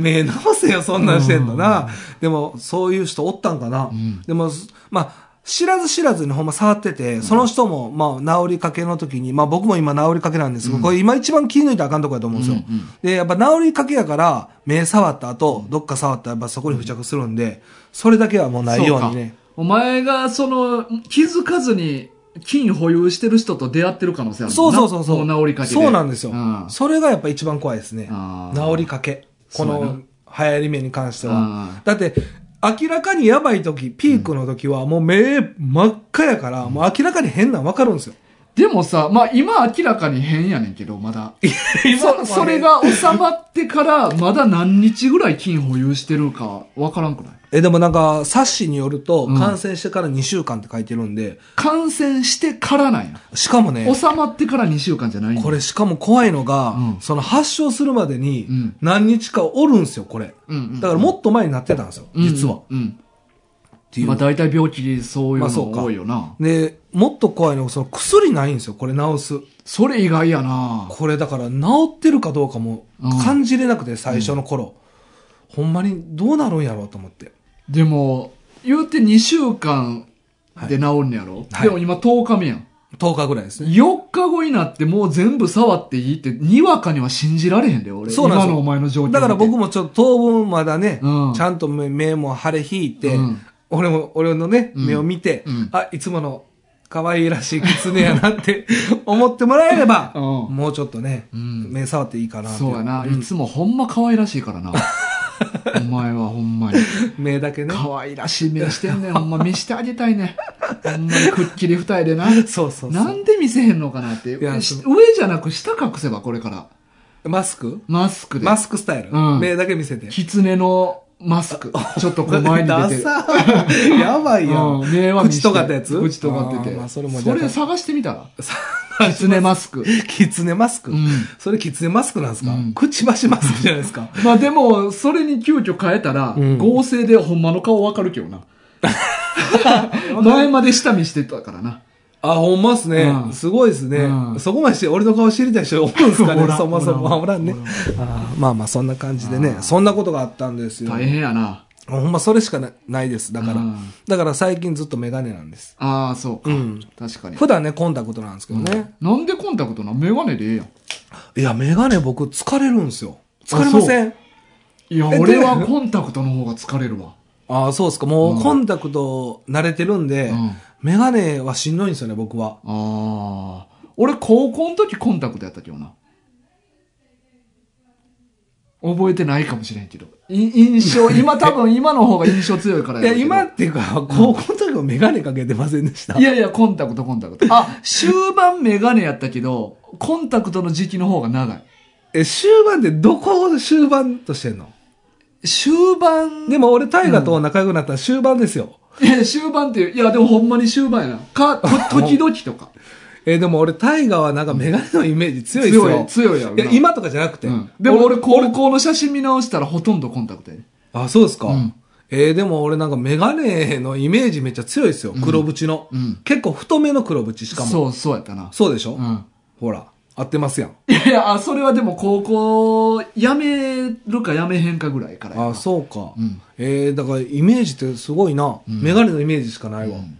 [SPEAKER 2] 目直せよ、そんなんしてんのな。でも、そういう人おったんかな。
[SPEAKER 1] ん
[SPEAKER 2] でも、すまあ、知らず知らずにほんま触ってて、その人も、まあ、治りかけの時に、まあ僕も今治りかけなんですけど、これ今一番気抜いたらあかんとこやと思うんですよ。
[SPEAKER 1] うんうん
[SPEAKER 2] で、やっぱ治りかけやから、目触った後、どっか触ったらやっぱそこに付着するんで、それだけはもうないようにね。
[SPEAKER 1] お前がその気づかずに金保有してる人と出会ってる可能性ある
[SPEAKER 2] そ
[SPEAKER 1] も
[SPEAKER 2] うん
[SPEAKER 1] な
[SPEAKER 2] そうそうそう。
[SPEAKER 1] もう治りかけで
[SPEAKER 2] そうなんですよ
[SPEAKER 1] あ。
[SPEAKER 2] それがやっぱ一番怖いですね。
[SPEAKER 1] あー
[SPEAKER 2] 治りかけ。
[SPEAKER 1] そ
[SPEAKER 2] こ
[SPEAKER 1] うや
[SPEAKER 2] の流行り目に関しては
[SPEAKER 1] あ。
[SPEAKER 2] だって、明らかにやばい時、ピークの時はもう目真っ赤やから、もう明らかに変なんわかるんですよ。
[SPEAKER 1] でもさ、まあ今明らかに変やねんけど、まだ。そ
[SPEAKER 2] 今
[SPEAKER 1] それ。が収まってから、まだ何日ぐらい金保有してるかわからんくない
[SPEAKER 2] え、でもなんか、冊子によると、
[SPEAKER 1] うん
[SPEAKER 2] 感染してから2週間って書いてるんで、
[SPEAKER 1] 感染してからなんや。
[SPEAKER 2] しかもね、
[SPEAKER 1] 収まってから2週間じゃないんや
[SPEAKER 2] これしかも怖いのが、
[SPEAKER 1] うん
[SPEAKER 2] その発症するまでに
[SPEAKER 1] うん
[SPEAKER 2] 何日かおるんですよ、これ。
[SPEAKER 1] うんうん
[SPEAKER 2] だからもっと前になってたんですよ、実は。っ。
[SPEAKER 1] うんうん。
[SPEAKER 2] ていう
[SPEAKER 1] まあ大体病気そうい
[SPEAKER 2] まあ
[SPEAKER 1] う
[SPEAKER 2] そうか
[SPEAKER 1] の多いよな。
[SPEAKER 2] で、もっと怖いのが、その薬ないんですよ、これ治す。
[SPEAKER 1] それ意外やな
[SPEAKER 2] これだから治ってるかどうかも
[SPEAKER 1] うん
[SPEAKER 2] 感じれなくて、最初の頃。ほんまにどうなるんやろうと思って。
[SPEAKER 1] でも、言うて2週間で治んねやろ、
[SPEAKER 2] はい
[SPEAKER 1] でも今10日目やん。
[SPEAKER 2] 10日ぐらいですね。
[SPEAKER 1] 4日後になってもう全部触っていいって、にわかには信じられへんで、俺。
[SPEAKER 2] そうなんです
[SPEAKER 1] 今
[SPEAKER 2] よ
[SPEAKER 1] のお前の状況見て。
[SPEAKER 2] だから僕もちょっと当分まだね、
[SPEAKER 1] うん
[SPEAKER 2] ちゃんと目目も腫れ引いて、
[SPEAKER 1] うん
[SPEAKER 2] 俺も、俺のね、
[SPEAKER 1] うん
[SPEAKER 2] 目を見て、
[SPEAKER 1] うん
[SPEAKER 2] あ、いつもの可愛いらしい狐やなって 思ってもらえれば、
[SPEAKER 1] うん
[SPEAKER 2] もうちょっとね、
[SPEAKER 1] うん
[SPEAKER 2] 目触っていいかなってい
[SPEAKER 1] そうやな、
[SPEAKER 2] ん
[SPEAKER 1] いつもほんま可愛らしい からな。お前はほんまに。
[SPEAKER 2] 目だけね。
[SPEAKER 1] 可愛らしい目してんねん。ほんま見してあげたいね。ほんまにくっきり二重でな。
[SPEAKER 2] そうそうそ
[SPEAKER 1] なんで見せへんのかなって。
[SPEAKER 2] いや
[SPEAKER 1] 上
[SPEAKER 2] そ
[SPEAKER 1] じゃなく下隠せば、これから。
[SPEAKER 2] う。マスク
[SPEAKER 1] マスクで。
[SPEAKER 2] マスクスタイル、
[SPEAKER 1] うん
[SPEAKER 2] 目だけ見せて。
[SPEAKER 1] 狐のマスク。ちょっとこう前に出てる。
[SPEAKER 2] ダサーやばいやん。
[SPEAKER 1] うん目は見
[SPEAKER 2] 口
[SPEAKER 1] して
[SPEAKER 2] 尖ったやつ
[SPEAKER 1] 口尖って
[SPEAKER 2] あー
[SPEAKER 1] て。
[SPEAKER 2] まあそ
[SPEAKER 1] そ
[SPEAKER 2] れ
[SPEAKER 1] れ
[SPEAKER 2] もじゃあ
[SPEAKER 1] 探してみたら。
[SPEAKER 2] さ
[SPEAKER 1] キツネマスク。
[SPEAKER 2] キツネマスク、
[SPEAKER 1] うん
[SPEAKER 2] それキツネマスクなんですか、
[SPEAKER 1] うん
[SPEAKER 2] くちばしマスクじゃないですか
[SPEAKER 1] まあでも、それに急遽変えたら、
[SPEAKER 2] うん
[SPEAKER 1] 合成でほんまの顔わかるけ どな。前まで下見してたからな。
[SPEAKER 2] あ、ほんまっすね。
[SPEAKER 1] うん
[SPEAKER 2] すごいですね、
[SPEAKER 1] うん
[SPEAKER 2] そこまでして俺の顔知りたい人おるんすか
[SPEAKER 1] お
[SPEAKER 2] ね
[SPEAKER 1] らん
[SPEAKER 2] そもそも。
[SPEAKER 1] おらん
[SPEAKER 2] あおらんね
[SPEAKER 1] おらん。
[SPEAKER 2] あーまあまあ、そんな感じでね。そんなことがあったんですよ。
[SPEAKER 1] 大変やな。
[SPEAKER 2] ほんまそれしかなないです。だから
[SPEAKER 1] うん。
[SPEAKER 2] だから最近ずっとメガネなんです。
[SPEAKER 1] ああ、そうか。
[SPEAKER 2] うん
[SPEAKER 1] 確かに。
[SPEAKER 2] 普段ね、コンタクトなんですけどね。
[SPEAKER 1] なんでコンタクトなメガネでええやん。
[SPEAKER 2] いや、メガネ僕疲れるんですよ。疲れません
[SPEAKER 1] いや、
[SPEAKER 2] え
[SPEAKER 1] 俺はコンタクトの方が疲れるわ。
[SPEAKER 2] ああ、そうですか。もう、
[SPEAKER 1] うん
[SPEAKER 2] コンタクト慣れてるんで、
[SPEAKER 1] うん
[SPEAKER 2] メガネはしんどいんですよね、僕は。
[SPEAKER 1] ああ。俺、高校の時コンタクトやったけどな。覚えてないかもしれんけど。い印象、今多分今の方が印象強いから
[SPEAKER 2] いや、
[SPEAKER 1] ろうけど
[SPEAKER 2] 今っていうか、高校の時はメガネかけてませんでした。
[SPEAKER 1] いやいや、コンタクト、コンタクト。あ、終盤メガネやったけど、コンタクトの時期の方が長い。
[SPEAKER 2] え、終盤ってどこを終盤としてんの
[SPEAKER 1] 終盤、
[SPEAKER 2] でも俺、大河と仲良くなったら終盤ですよ。
[SPEAKER 1] いや、終盤っていう、いや、でもほんまに終盤やな。 か、と時々とか。
[SPEAKER 2] え、でも俺、大河はなんかメガネのイメージ強いですよ。
[SPEAKER 1] 強い、強いやろ
[SPEAKER 2] い
[SPEAKER 1] な。
[SPEAKER 2] や、今とかじゃなくて。
[SPEAKER 1] うんでも俺、高校の写真見直したらほとんどコンタクトやね。
[SPEAKER 2] あ、そうですか。
[SPEAKER 1] うん
[SPEAKER 2] えーでも俺なんかメガネのイメージめっちゃ強いですよ。黒縁の。
[SPEAKER 1] うん
[SPEAKER 2] 結構太めの黒縁しかも。そ
[SPEAKER 1] そ
[SPEAKER 2] う。
[SPEAKER 1] う、そうやったな。
[SPEAKER 2] でしょ、
[SPEAKER 1] うん。
[SPEAKER 2] ほら、合ってますやん。
[SPEAKER 1] いやいや、あそれはでも高校、辞めるか辞めへんかぐらいからやな
[SPEAKER 2] あ、そうか。
[SPEAKER 1] うん
[SPEAKER 2] えーだからイメージってすごいな。メガネのイメージしかないわ。
[SPEAKER 1] うん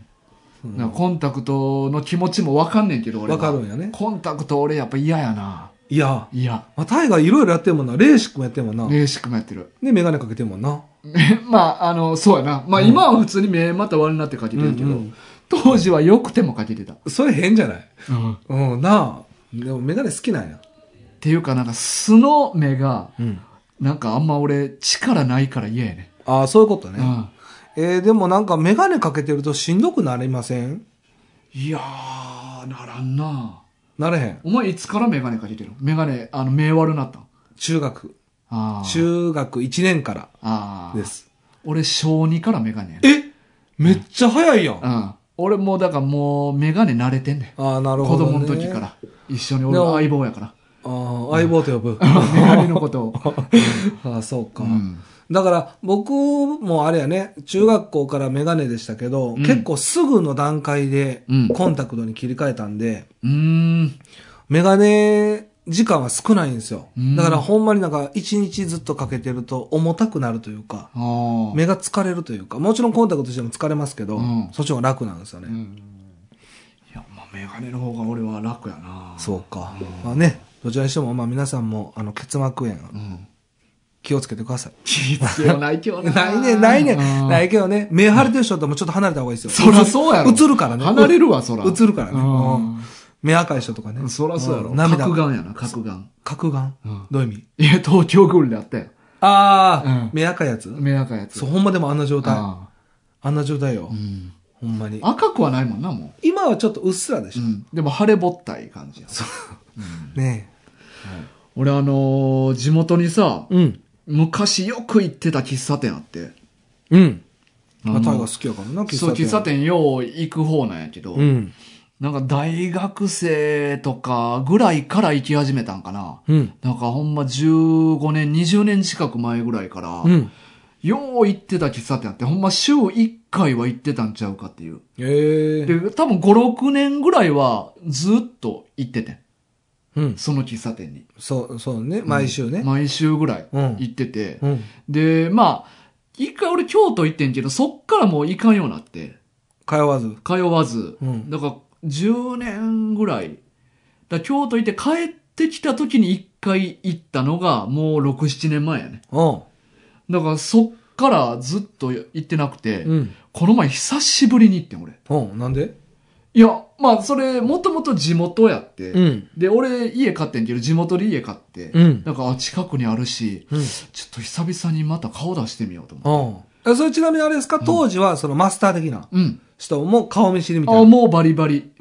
[SPEAKER 1] なんかコンタクトの気持ちもわかんねんけど、俺は。
[SPEAKER 2] わかるんやね
[SPEAKER 1] コンタクト俺やっぱ嫌やな。
[SPEAKER 2] いや、
[SPEAKER 1] 嫌。
[SPEAKER 2] まあ、タイガーいろいろやってるもんな。レーシックもやってるもんな。
[SPEAKER 1] レーシックもやってる。
[SPEAKER 2] で、メガネかけてるもんな。
[SPEAKER 1] まあ、あの、そうやな。まあ、今は普通に目また割になってかけてるけど、
[SPEAKER 2] うんうん
[SPEAKER 1] 当時は良くてもかけてた。
[SPEAKER 2] それ変じゃないうん、なあ。でもメガネ好きなんや。
[SPEAKER 1] っていうか、なんか素の目が、
[SPEAKER 2] うん。
[SPEAKER 1] なんかあんま俺、力ないから嫌やね。
[SPEAKER 2] ああ、そういうこと
[SPEAKER 1] う
[SPEAKER 2] ね。
[SPEAKER 1] ん。
[SPEAKER 2] えーでもなんかメガネかけてるとしんどくなりません
[SPEAKER 1] いやー、ならんな。
[SPEAKER 2] なれへん。
[SPEAKER 1] お前いつからメガネかけてるのメガネ、あの、目悪なったん
[SPEAKER 2] 中学。
[SPEAKER 1] あー
[SPEAKER 2] 中学1年から
[SPEAKER 1] あー
[SPEAKER 2] です。
[SPEAKER 1] 俺、小2からメガネやね。
[SPEAKER 2] えめっちゃ早いやん。
[SPEAKER 1] う
[SPEAKER 2] あ
[SPEAKER 1] ん。俺もう、だからもう、メガネ慣れてんねん。
[SPEAKER 2] あ、なる
[SPEAKER 1] 子
[SPEAKER 2] ほど、ね。
[SPEAKER 1] 供の時か。ら。一緒に俺
[SPEAKER 2] で
[SPEAKER 1] の
[SPEAKER 2] も
[SPEAKER 1] 相棒やから。
[SPEAKER 2] ああ、相棒と呼ぶ。
[SPEAKER 1] メガネのことを。
[SPEAKER 2] ああ、そうか。
[SPEAKER 1] うん
[SPEAKER 2] だから、僕もあれやね、中学校からメガネでしたけど、
[SPEAKER 1] ん
[SPEAKER 2] 結構すぐの段階で
[SPEAKER 1] うん、
[SPEAKER 2] コンタクトに切り替えたんで、
[SPEAKER 1] うーん。
[SPEAKER 2] メガネ時間は少ないんですよ
[SPEAKER 1] うん。
[SPEAKER 2] だからほんまになんか一日ずっとかけてると重たくなるというか、
[SPEAKER 1] あー
[SPEAKER 2] 目が疲れるというか、もちろんコンタクトしても疲れますけど、
[SPEAKER 1] うん
[SPEAKER 2] そっちの方が楽なんですよね。
[SPEAKER 1] いや、まあ、メガネの方が俺は楽やな。
[SPEAKER 2] そうか。まあね、どちらにしても、まあ皆さんも、あの、結膜炎、
[SPEAKER 1] うん。
[SPEAKER 2] 気をつけてください。
[SPEAKER 1] 必要ないけどな。
[SPEAKER 2] ないね、ないね、
[SPEAKER 1] うん
[SPEAKER 2] ないけどね、目腫れてる人ともちょっと離れた方がいいですよ。
[SPEAKER 1] そらそうやろ。
[SPEAKER 2] 映るからね。
[SPEAKER 1] 離れるわ、そら。
[SPEAKER 2] 映るからね。
[SPEAKER 1] うん
[SPEAKER 2] うん目赤い人とかね。
[SPEAKER 1] そらそうやろ。
[SPEAKER 2] ん涙。
[SPEAKER 1] 角眼やな、角眼。
[SPEAKER 2] 角眼
[SPEAKER 1] うん
[SPEAKER 2] どういう意
[SPEAKER 1] い
[SPEAKER 2] 味
[SPEAKER 1] や、東京グールであったよ。
[SPEAKER 2] ああ、
[SPEAKER 1] うん
[SPEAKER 2] 目赤いやつ
[SPEAKER 1] 目赤いやつ。
[SPEAKER 2] そう、ほんまでもあんな状態。あ
[SPEAKER 1] あ
[SPEAKER 2] んな状態よ
[SPEAKER 1] ーう。ん
[SPEAKER 2] ほんまに。
[SPEAKER 1] 赤くはないもんな、も
[SPEAKER 2] 今はちょっとうっすらで
[SPEAKER 1] う。
[SPEAKER 2] し
[SPEAKER 1] う
[SPEAKER 2] ょ。
[SPEAKER 1] ん。でも、腫れぼったい感じや。
[SPEAKER 2] ね
[SPEAKER 1] 俺、あのー、地元にさ
[SPEAKER 2] え。、うん。
[SPEAKER 1] 昔よく行ってた喫茶店あって。
[SPEAKER 2] うん。ま
[SPEAKER 1] あ
[SPEAKER 2] あ、
[SPEAKER 1] の
[SPEAKER 2] タイガー好きやからな、喫茶店。
[SPEAKER 1] そう、喫茶店よう行く方なんやけど。
[SPEAKER 2] うん。
[SPEAKER 1] なんか大学生とかぐらいから行き始めたんかな。
[SPEAKER 2] うん。
[SPEAKER 1] なんかほんま15年、20年近く前ぐらいから、
[SPEAKER 2] うん。
[SPEAKER 1] よう行ってた喫茶店あって、ほんま週1回は行ってたんちゃうかっていう。
[SPEAKER 2] ええ
[SPEAKER 1] で、多分5、6年ぐらいはずっと行っててん
[SPEAKER 2] うん。
[SPEAKER 1] その喫茶店に。
[SPEAKER 2] そう、そうね。毎週ね。
[SPEAKER 1] 毎週ぐらい
[SPEAKER 2] うん
[SPEAKER 1] 行ってて。
[SPEAKER 2] うん。
[SPEAKER 1] で、まあ、一回俺京都行ってんけど、そっからもう行かんようになって。
[SPEAKER 2] 通わず。
[SPEAKER 1] 通わず、
[SPEAKER 2] うん
[SPEAKER 1] だから10年ぐらいだから京都行って帰ってきた時に一回行ったのがもう67年前やね
[SPEAKER 2] うん。
[SPEAKER 1] だからそっからずっと行ってなくて、
[SPEAKER 2] うん。
[SPEAKER 1] この前久しぶりに行ってん俺
[SPEAKER 2] うん。なんで
[SPEAKER 1] いやまあそれもともと地元やって、
[SPEAKER 2] ん。
[SPEAKER 1] で俺家買ってんけど地元で家買って、
[SPEAKER 2] うん。
[SPEAKER 1] だからあ近くにあるし
[SPEAKER 2] うん。
[SPEAKER 1] ちょっと久々にまた顔出してみようと思って
[SPEAKER 2] うん。それちなみにあれですか当時はそのマスター的な
[SPEAKER 1] うん
[SPEAKER 2] 人も顔見知りみた
[SPEAKER 1] あ
[SPEAKER 2] いな。
[SPEAKER 1] もうバリバリ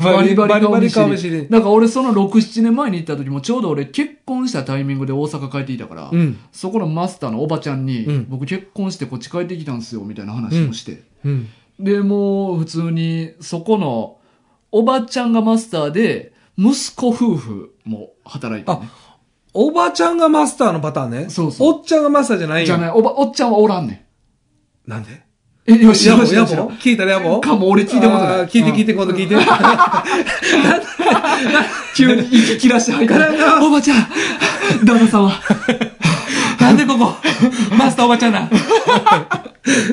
[SPEAKER 2] バリバリ
[SPEAKER 1] 顔見知り
[SPEAKER 2] 顔見知り。
[SPEAKER 1] なんか俺その6、7年前に行った時もちょうど俺結婚したタイミングで大阪帰ってきたから、
[SPEAKER 2] うん。
[SPEAKER 1] そこのマスターのおばちゃんに、
[SPEAKER 2] うん
[SPEAKER 1] 僕結婚してこっち帰ってきたんですよみたいな話もして。
[SPEAKER 2] うん。
[SPEAKER 1] で、もう普通にそこのおばちゃんがマスターで、息子夫婦も働いて、ね。
[SPEAKER 2] おばちゃんがマスターのパターンね。
[SPEAKER 1] そうそう
[SPEAKER 2] おっちゃんがマスターじゃないん
[SPEAKER 1] じゃ
[SPEAKER 2] や。
[SPEAKER 1] ない、おば、おっちゃんはおらんね
[SPEAKER 2] なんで
[SPEAKER 1] ん。え、よし、
[SPEAKER 2] や
[SPEAKER 1] や
[SPEAKER 2] ぼ
[SPEAKER 1] ぼ、や
[SPEAKER 2] や
[SPEAKER 1] ぼ
[SPEAKER 2] ぼ。聞いたやぼ
[SPEAKER 1] かも俺聞いたことない
[SPEAKER 2] あー聞いて聞いて今度聞いて。 あ
[SPEAKER 1] 急に息切らして 入って。おばちゃん、旦那さんは。なんでここ、マスターおばちゃんなん。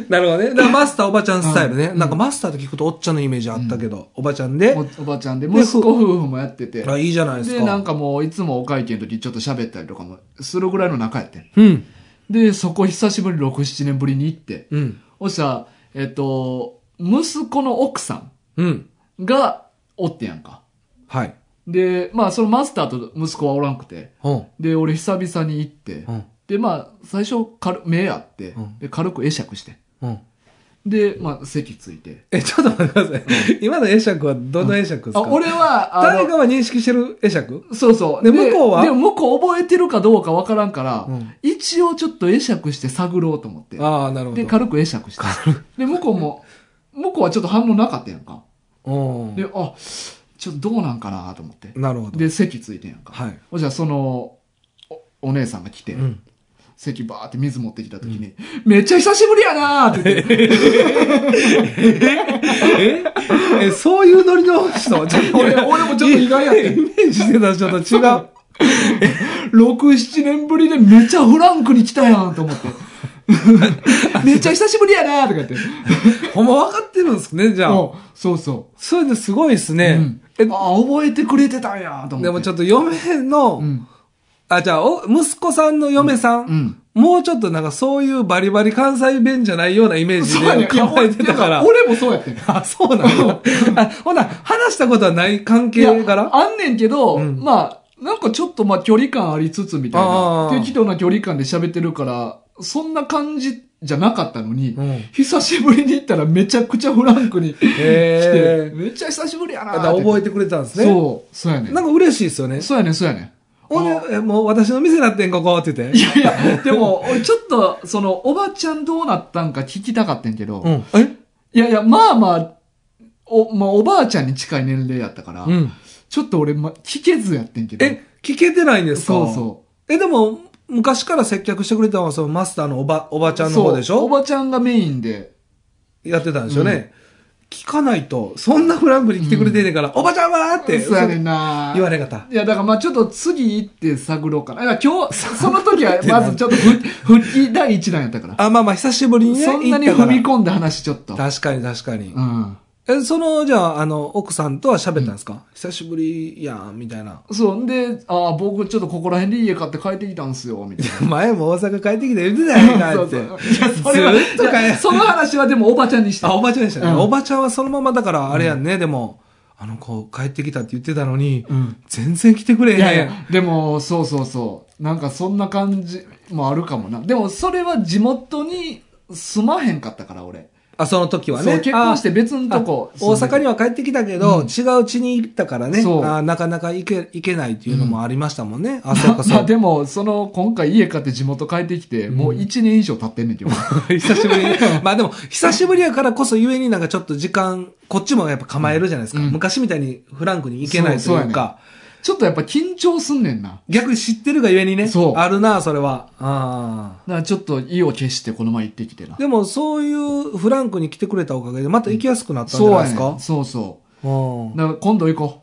[SPEAKER 2] なるほどね。だからマスターおばちゃんスタイルね。
[SPEAKER 1] うん
[SPEAKER 2] なんかマスターと聞くとおっちゃんのイメージあったけど、おばちゃんで。
[SPEAKER 1] おおばちゃんで、息子夫婦もやってて。
[SPEAKER 2] あ、いいじゃないです
[SPEAKER 1] で、
[SPEAKER 2] か。
[SPEAKER 1] なんかもう、いつもお会計の時ちょっと喋ったりとかもするぐらいの仲やってん。
[SPEAKER 2] うん。
[SPEAKER 1] で、そこ久しぶり、6、7年ぶりに行って。
[SPEAKER 2] うん。
[SPEAKER 1] そしたら、えっと、息子の奥さ
[SPEAKER 2] うん。
[SPEAKER 1] んがおってやんか。
[SPEAKER 2] はい。
[SPEAKER 1] で、まあ、そのマスターと息子はおらんくて。
[SPEAKER 2] うん。
[SPEAKER 1] で、俺久々に行って
[SPEAKER 2] う。ん。
[SPEAKER 1] で、まあ、最初、軽目あって、
[SPEAKER 2] うん
[SPEAKER 1] で軽く会釈して。
[SPEAKER 2] うん。
[SPEAKER 1] で、まあ、席ついて。
[SPEAKER 2] え、ちょっと待ってください。今の会釈はどの会釈です
[SPEAKER 1] あ、
[SPEAKER 2] か、
[SPEAKER 1] 俺は、あ
[SPEAKER 2] 誰
[SPEAKER 1] の、
[SPEAKER 2] かは認識してる会釈
[SPEAKER 1] そうそう。
[SPEAKER 2] で向こうは
[SPEAKER 1] でも向こう覚えてるかどうかわからんから、
[SPEAKER 2] うん
[SPEAKER 1] 一応ちょっと会釈して探ろうと思って。
[SPEAKER 2] ああ、なるほど。
[SPEAKER 1] で、軽く会釈して。で、向こうも、向こうはちょっと反応なかったやんか。
[SPEAKER 2] うん
[SPEAKER 1] で、あ、ちょっとどうなんかなと思って。
[SPEAKER 2] なるほど。
[SPEAKER 1] で、席ついてんやんか。
[SPEAKER 2] はい。
[SPEAKER 1] ほじゃあその、おお姉さんが来て、
[SPEAKER 2] うん。
[SPEAKER 1] 席バーって水持ってきた時に、めっちゃ久しぶりやなーって言 って、
[SPEAKER 2] ええ、そういうノリの人ちょっ と
[SPEAKER 1] いや俺もちょっと意外やってん
[SPEAKER 2] イメージしてたちょっと違う。
[SPEAKER 1] 6、7年ぶりでめっちゃフランクに来たやんと 思って。めっちゃ久しぶりやなーとか言って。
[SPEAKER 2] ほんま分かってるんですね、じゃあ。
[SPEAKER 1] うんそうそ
[SPEAKER 2] それですごいです
[SPEAKER 1] う。う
[SPEAKER 2] ね
[SPEAKER 1] ん。あ、覚えてくれてたんやと思って。
[SPEAKER 2] でもちょっと嫁の、
[SPEAKER 1] うん。
[SPEAKER 2] あ、じゃあ、お息子さんの嫁さん,、
[SPEAKER 1] うん
[SPEAKER 2] もうちょっとなんかそういうバリバリ関西弁じゃないようなイメージ
[SPEAKER 1] そう
[SPEAKER 2] で
[SPEAKER 1] やねん。
[SPEAKER 2] 考えてたから。
[SPEAKER 1] 俺もそうやってん。
[SPEAKER 2] あ、そうなの あ、ほな、話したことはない関係か
[SPEAKER 1] いや
[SPEAKER 2] ら
[SPEAKER 1] あんねんけど、
[SPEAKER 2] うん
[SPEAKER 1] まあ、なんかちょっとまあ距離感ありつつみたいな
[SPEAKER 2] あ、ー
[SPEAKER 1] 適当な距離感で喋ってるから、そんな感じじゃなかったのに、
[SPEAKER 2] うん
[SPEAKER 1] 久しぶりに行ったらめちゃくちゃフランクに来て、
[SPEAKER 2] へー
[SPEAKER 1] めっちゃ久しぶりやな
[SPEAKER 2] あだから覚え
[SPEAKER 1] え
[SPEAKER 2] てくれたんです
[SPEAKER 1] て
[SPEAKER 2] ね。
[SPEAKER 1] そう、そうやねん。
[SPEAKER 2] なんか嬉しいですよね。
[SPEAKER 1] そうやねん、そうやねん。
[SPEAKER 2] ほん
[SPEAKER 1] あ
[SPEAKER 2] で、えもう私の店になってん、ここって言って。
[SPEAKER 1] いやいや、でも、俺ちょっと、その、おばちゃんどうなったんか聞きたかったんけど、
[SPEAKER 2] うん。え
[SPEAKER 1] いやいや、まあまあ、お、まあ、おばあちゃんに近い年齢やったから、
[SPEAKER 2] うん。
[SPEAKER 1] ちょっと俺、ま、聞けずやってんけど。
[SPEAKER 2] え、聞けてないんですか
[SPEAKER 1] そうそう。
[SPEAKER 2] え、でも、昔から接客してくれたのは、そのマスターのおば、おばちゃんの方でし
[SPEAKER 1] そうお
[SPEAKER 2] ょ
[SPEAKER 1] ばちゃんがメインで。
[SPEAKER 2] やってたんですよね。聞かないと、そんなフランクに来てくれてんねんから、おばちゃんはーって、
[SPEAKER 1] そうやねんな。
[SPEAKER 2] 言われんかった。
[SPEAKER 1] いや、だからまあちょっと次行って探ろうかな。いや、今日、その時はまずちょっとふ復帰第一弾やったから。
[SPEAKER 2] あ、まあまあ、久しぶりにね。
[SPEAKER 1] そんなに
[SPEAKER 2] 行った
[SPEAKER 1] 踏
[SPEAKER 2] から
[SPEAKER 1] み込んだ話ちょっと。
[SPEAKER 2] 確かに確かに
[SPEAKER 1] う。ん。
[SPEAKER 2] え、その、じゃあ、あの、奥さんとは喋ったんですか、久しぶりやん、みたいな。
[SPEAKER 1] そう、んで、ああ、僕ちょっとここら辺で家買って帰ってきたんすよ、みたいな。
[SPEAKER 2] 前も大阪帰ってきて言ってたやん か
[SPEAKER 1] そ
[SPEAKER 2] っ
[SPEAKER 1] うそ
[SPEAKER 2] て。
[SPEAKER 1] ういや、それは、
[SPEAKER 2] ずーっと帰
[SPEAKER 1] いやその話はでもおばちゃんにした。
[SPEAKER 2] あ、おばちゃんでしたね。
[SPEAKER 1] うん
[SPEAKER 2] おばちゃんはそのままだから、あれやんね、でも、あの子帰ってきたって言ってたのに、
[SPEAKER 1] うん。
[SPEAKER 2] 全然来てくれへん。
[SPEAKER 1] いやいや、でも、そうそうそう。なんかそんな感じもあるかもな。でもそれは地元に住まへんかったから、俺。
[SPEAKER 2] あ、その時は
[SPEAKER 1] そう
[SPEAKER 2] ね。
[SPEAKER 1] 結婚して別のとこ
[SPEAKER 2] あ大阪に
[SPEAKER 1] は
[SPEAKER 2] は帰ってきたけど、
[SPEAKER 1] うん
[SPEAKER 2] 違う地に行ったからね。
[SPEAKER 1] そう
[SPEAKER 2] あなかなか行け、行けないっていうのもありましたもんね。あ、そうか
[SPEAKER 1] ま
[SPEAKER 2] そ
[SPEAKER 1] あ
[SPEAKER 2] うか。
[SPEAKER 1] でもその今回家買って地元帰ってきて、もう1年以上経ってんねんけ ど
[SPEAKER 2] 久しぶりに。まあでも、久しぶりやからこそゆえになんかちょっと時間、こっちもやっぱ構えるじゃないですか。
[SPEAKER 1] うん
[SPEAKER 2] 昔みたいにフランクに行けない
[SPEAKER 1] そ
[SPEAKER 2] と
[SPEAKER 1] う
[SPEAKER 2] い
[SPEAKER 1] そう
[SPEAKER 2] う
[SPEAKER 1] や
[SPEAKER 2] か。
[SPEAKER 1] ちょっとやっぱ緊張すんねんな
[SPEAKER 2] 逆に知ってるがゆえにね。
[SPEAKER 1] そう
[SPEAKER 2] あるな、それは。ああ。
[SPEAKER 1] だからちょっと意を決してこの前行ってきてな
[SPEAKER 2] でも、そういうフランクに来てくれたおかげで、また行きやすくなったんじ
[SPEAKER 1] そ
[SPEAKER 2] ゃ
[SPEAKER 1] う
[SPEAKER 2] ない
[SPEAKER 1] や
[SPEAKER 2] です
[SPEAKER 1] ね
[SPEAKER 2] か
[SPEAKER 1] ん。そうそ
[SPEAKER 2] うん
[SPEAKER 1] うだから今度行こ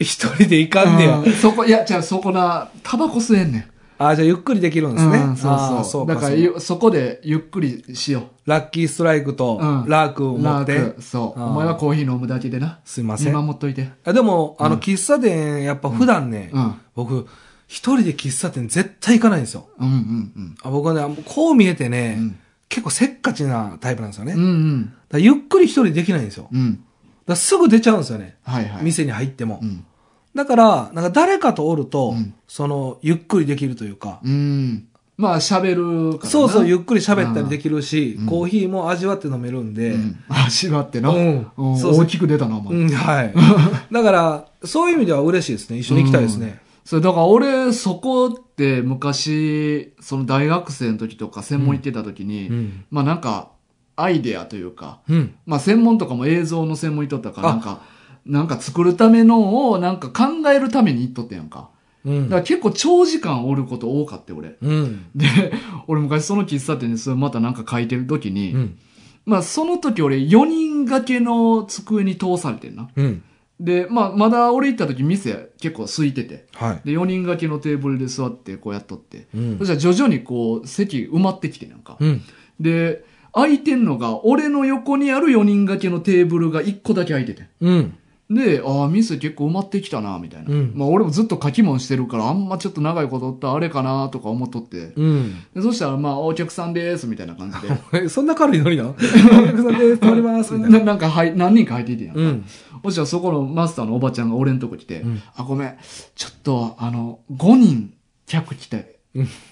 [SPEAKER 2] 一人で行
[SPEAKER 1] う
[SPEAKER 2] かんねや
[SPEAKER 1] う。んそこいやじゃあそこなタバコ吸えんねん
[SPEAKER 2] あ、じゃあゆっくりできるんですね。
[SPEAKER 1] うんそう
[SPEAKER 2] あ
[SPEAKER 1] そ
[SPEAKER 2] ー
[SPEAKER 1] う
[SPEAKER 2] そうか
[SPEAKER 1] だから
[SPEAKER 2] そうか
[SPEAKER 1] ゆそこでゆっくりしよ
[SPEAKER 2] ラッキーストライクと
[SPEAKER 1] うん
[SPEAKER 2] ラークを
[SPEAKER 1] う
[SPEAKER 2] 持
[SPEAKER 1] な
[SPEAKER 2] って。
[SPEAKER 1] くそう
[SPEAKER 2] あー
[SPEAKER 1] お前はコーヒー飲むだけでな
[SPEAKER 2] すいま
[SPEAKER 1] 見
[SPEAKER 2] せん。
[SPEAKER 1] 守っといて
[SPEAKER 2] あでも、あの、喫茶店、やっぱ普段ね、
[SPEAKER 1] うん
[SPEAKER 2] 僕、一人で喫茶店絶対行かないんですよ。
[SPEAKER 1] うんうん
[SPEAKER 2] あ僕はね、あこう見えてね、
[SPEAKER 1] うん
[SPEAKER 2] 結構せっかちなタイプなんですよね。
[SPEAKER 1] うんうん
[SPEAKER 2] だからゆっくり一人できないんですよ。だ
[SPEAKER 1] うんうん
[SPEAKER 2] からすぐ出ちゃうんですよね。
[SPEAKER 1] はいはい
[SPEAKER 2] 店に入っても。
[SPEAKER 1] うん
[SPEAKER 2] だから、なんか誰かとおると、
[SPEAKER 1] うん
[SPEAKER 2] その、ゆっくりできるというか、
[SPEAKER 1] うん。まあ、喋るからな。
[SPEAKER 2] そうそう、ゆっくり喋ったりできるし、
[SPEAKER 1] うん
[SPEAKER 2] コーヒーも味わって飲めるんで、
[SPEAKER 1] うん。あ、縛ってな。
[SPEAKER 2] うん
[SPEAKER 1] うん
[SPEAKER 2] そうそう
[SPEAKER 1] 大きく出たな、お前。
[SPEAKER 2] うん、 はい。だから、そういう意味では嬉しいですね。一緒に行きたいですね。
[SPEAKER 1] それ、だから俺、そこって昔、その大学生の時とか、専門行ってた時に、
[SPEAKER 2] ん。
[SPEAKER 1] まあなんか、アイデアというか、
[SPEAKER 2] うん。
[SPEAKER 1] まあ専門とかも映像の専門行っとったから、
[SPEAKER 2] あ
[SPEAKER 1] なんか、なんか作るためのを、なんか考えるために行っとったやんか。
[SPEAKER 2] う
[SPEAKER 1] だから
[SPEAKER 2] ん。
[SPEAKER 1] 結構長時間おること多かって、俺。
[SPEAKER 2] うん。
[SPEAKER 1] で、 俺昔その喫茶店でそれまたなんか書いてる時に、
[SPEAKER 2] うん。
[SPEAKER 1] まあその時俺4人掛けの机に通されてんな。
[SPEAKER 2] うん。
[SPEAKER 1] で、まあまだ俺行った時店結構空いてて。
[SPEAKER 2] はい。
[SPEAKER 1] で、4人掛けのテーブルで座ってこうやっとって。
[SPEAKER 2] うん
[SPEAKER 1] そしたら徐々にこう席埋まってきてなんか。
[SPEAKER 2] うん。
[SPEAKER 1] で、空いてんのが俺の横にある4人掛けのテーブルが1個だけ空いてて。
[SPEAKER 2] うん。
[SPEAKER 1] で、ああ、店結構埋まってきたな、みたいな。
[SPEAKER 2] うん
[SPEAKER 1] まあ俺もずっと書き物してるからあんまちょっと長いことおったらあれかなとか思っとって。
[SPEAKER 2] うん。
[SPEAKER 1] でそしたらまあお客さんです、みたいな感 じで。
[SPEAKER 2] え、そんな軽いノリなの お客さんです、通ります、みたいな。
[SPEAKER 1] ななんかはい、何人か入っていてんやんか。
[SPEAKER 2] ん。
[SPEAKER 1] もしはそこのマスターのおばちゃんが俺んとこ来て、
[SPEAKER 2] うん
[SPEAKER 1] あ、ごめん、ちょっと、あの、5人客来て、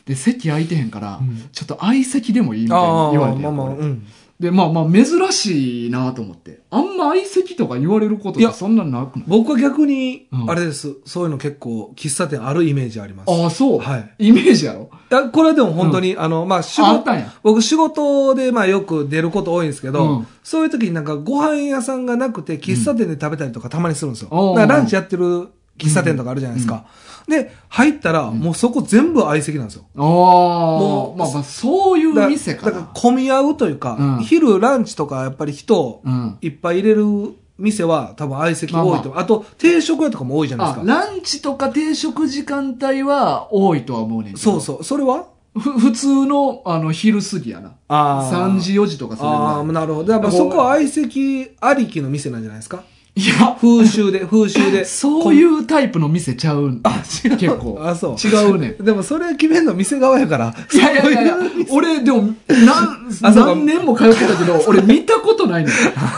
[SPEAKER 1] で、席空いてへんから、
[SPEAKER 2] うん
[SPEAKER 1] ちょっと相席でもいいみたい
[SPEAKER 2] あ
[SPEAKER 1] に
[SPEAKER 2] あ、
[SPEAKER 1] 言われてん
[SPEAKER 2] まあまあ、
[SPEAKER 1] 俺
[SPEAKER 2] うん。
[SPEAKER 1] で、まあまあ、珍しいなと思って。あんま相席とか言われること
[SPEAKER 2] い
[SPEAKER 1] が
[SPEAKER 2] や
[SPEAKER 1] そんななくない
[SPEAKER 2] 僕は逆に
[SPEAKER 1] う、ん
[SPEAKER 2] あれです。そういうの結構、喫茶店あるイメージあります。
[SPEAKER 1] ああ、そう。
[SPEAKER 2] はい。
[SPEAKER 1] イメージやろ
[SPEAKER 2] いやこれはでも本当に、あの、まあ、仕
[SPEAKER 1] あっ
[SPEAKER 2] 事、
[SPEAKER 1] たんや。
[SPEAKER 2] 僕仕事で、まあ、よく出ること多いんですけど、
[SPEAKER 1] うん
[SPEAKER 2] そういう時になんかご飯屋さんがなくて、喫茶店で食べたりとかたまにするんですよ。
[SPEAKER 1] うん
[SPEAKER 2] だからランチやってる喫茶店とかあるじゃないですか。で、入ったら、もうそこ全部相席なんですよ。
[SPEAKER 1] ああ、も
[SPEAKER 2] も
[SPEAKER 1] う、
[SPEAKER 2] う
[SPEAKER 1] まあまあ、そういう
[SPEAKER 2] だ
[SPEAKER 1] 店か
[SPEAKER 2] だから
[SPEAKER 1] な。
[SPEAKER 2] 混み合うというか、
[SPEAKER 1] うん
[SPEAKER 2] 昼ランチとかやっぱり人
[SPEAKER 1] うん。
[SPEAKER 2] いっぱい入れる店は多分相席多いと、
[SPEAKER 1] ま
[SPEAKER 2] あと定食屋とかも多いじゃないです
[SPEAKER 1] あ
[SPEAKER 2] か、。
[SPEAKER 1] ランチとか定食時間帯は多いとは思うねんけど
[SPEAKER 2] そうそう。それは
[SPEAKER 1] ふ普通の、あの、昼過ぎやな。
[SPEAKER 2] あ
[SPEAKER 1] 3時、4時とかそれぐ
[SPEAKER 2] ああ、
[SPEAKER 1] ら
[SPEAKER 2] なるほど。だからそこは相席ありきの店なんじゃないですか
[SPEAKER 1] い。いや、
[SPEAKER 2] 風 習で、風習で。
[SPEAKER 1] そういうタイプの店ちゃうん。あ、違う。結構。
[SPEAKER 2] あそう
[SPEAKER 1] 違うねん。
[SPEAKER 2] でもそれ決めんの店側やから。
[SPEAKER 1] いやいやいやいや
[SPEAKER 2] そういう、
[SPEAKER 1] 俺、でも、何、
[SPEAKER 2] あそうか
[SPEAKER 1] 何年も通ってたけど、俺見たことないね ん。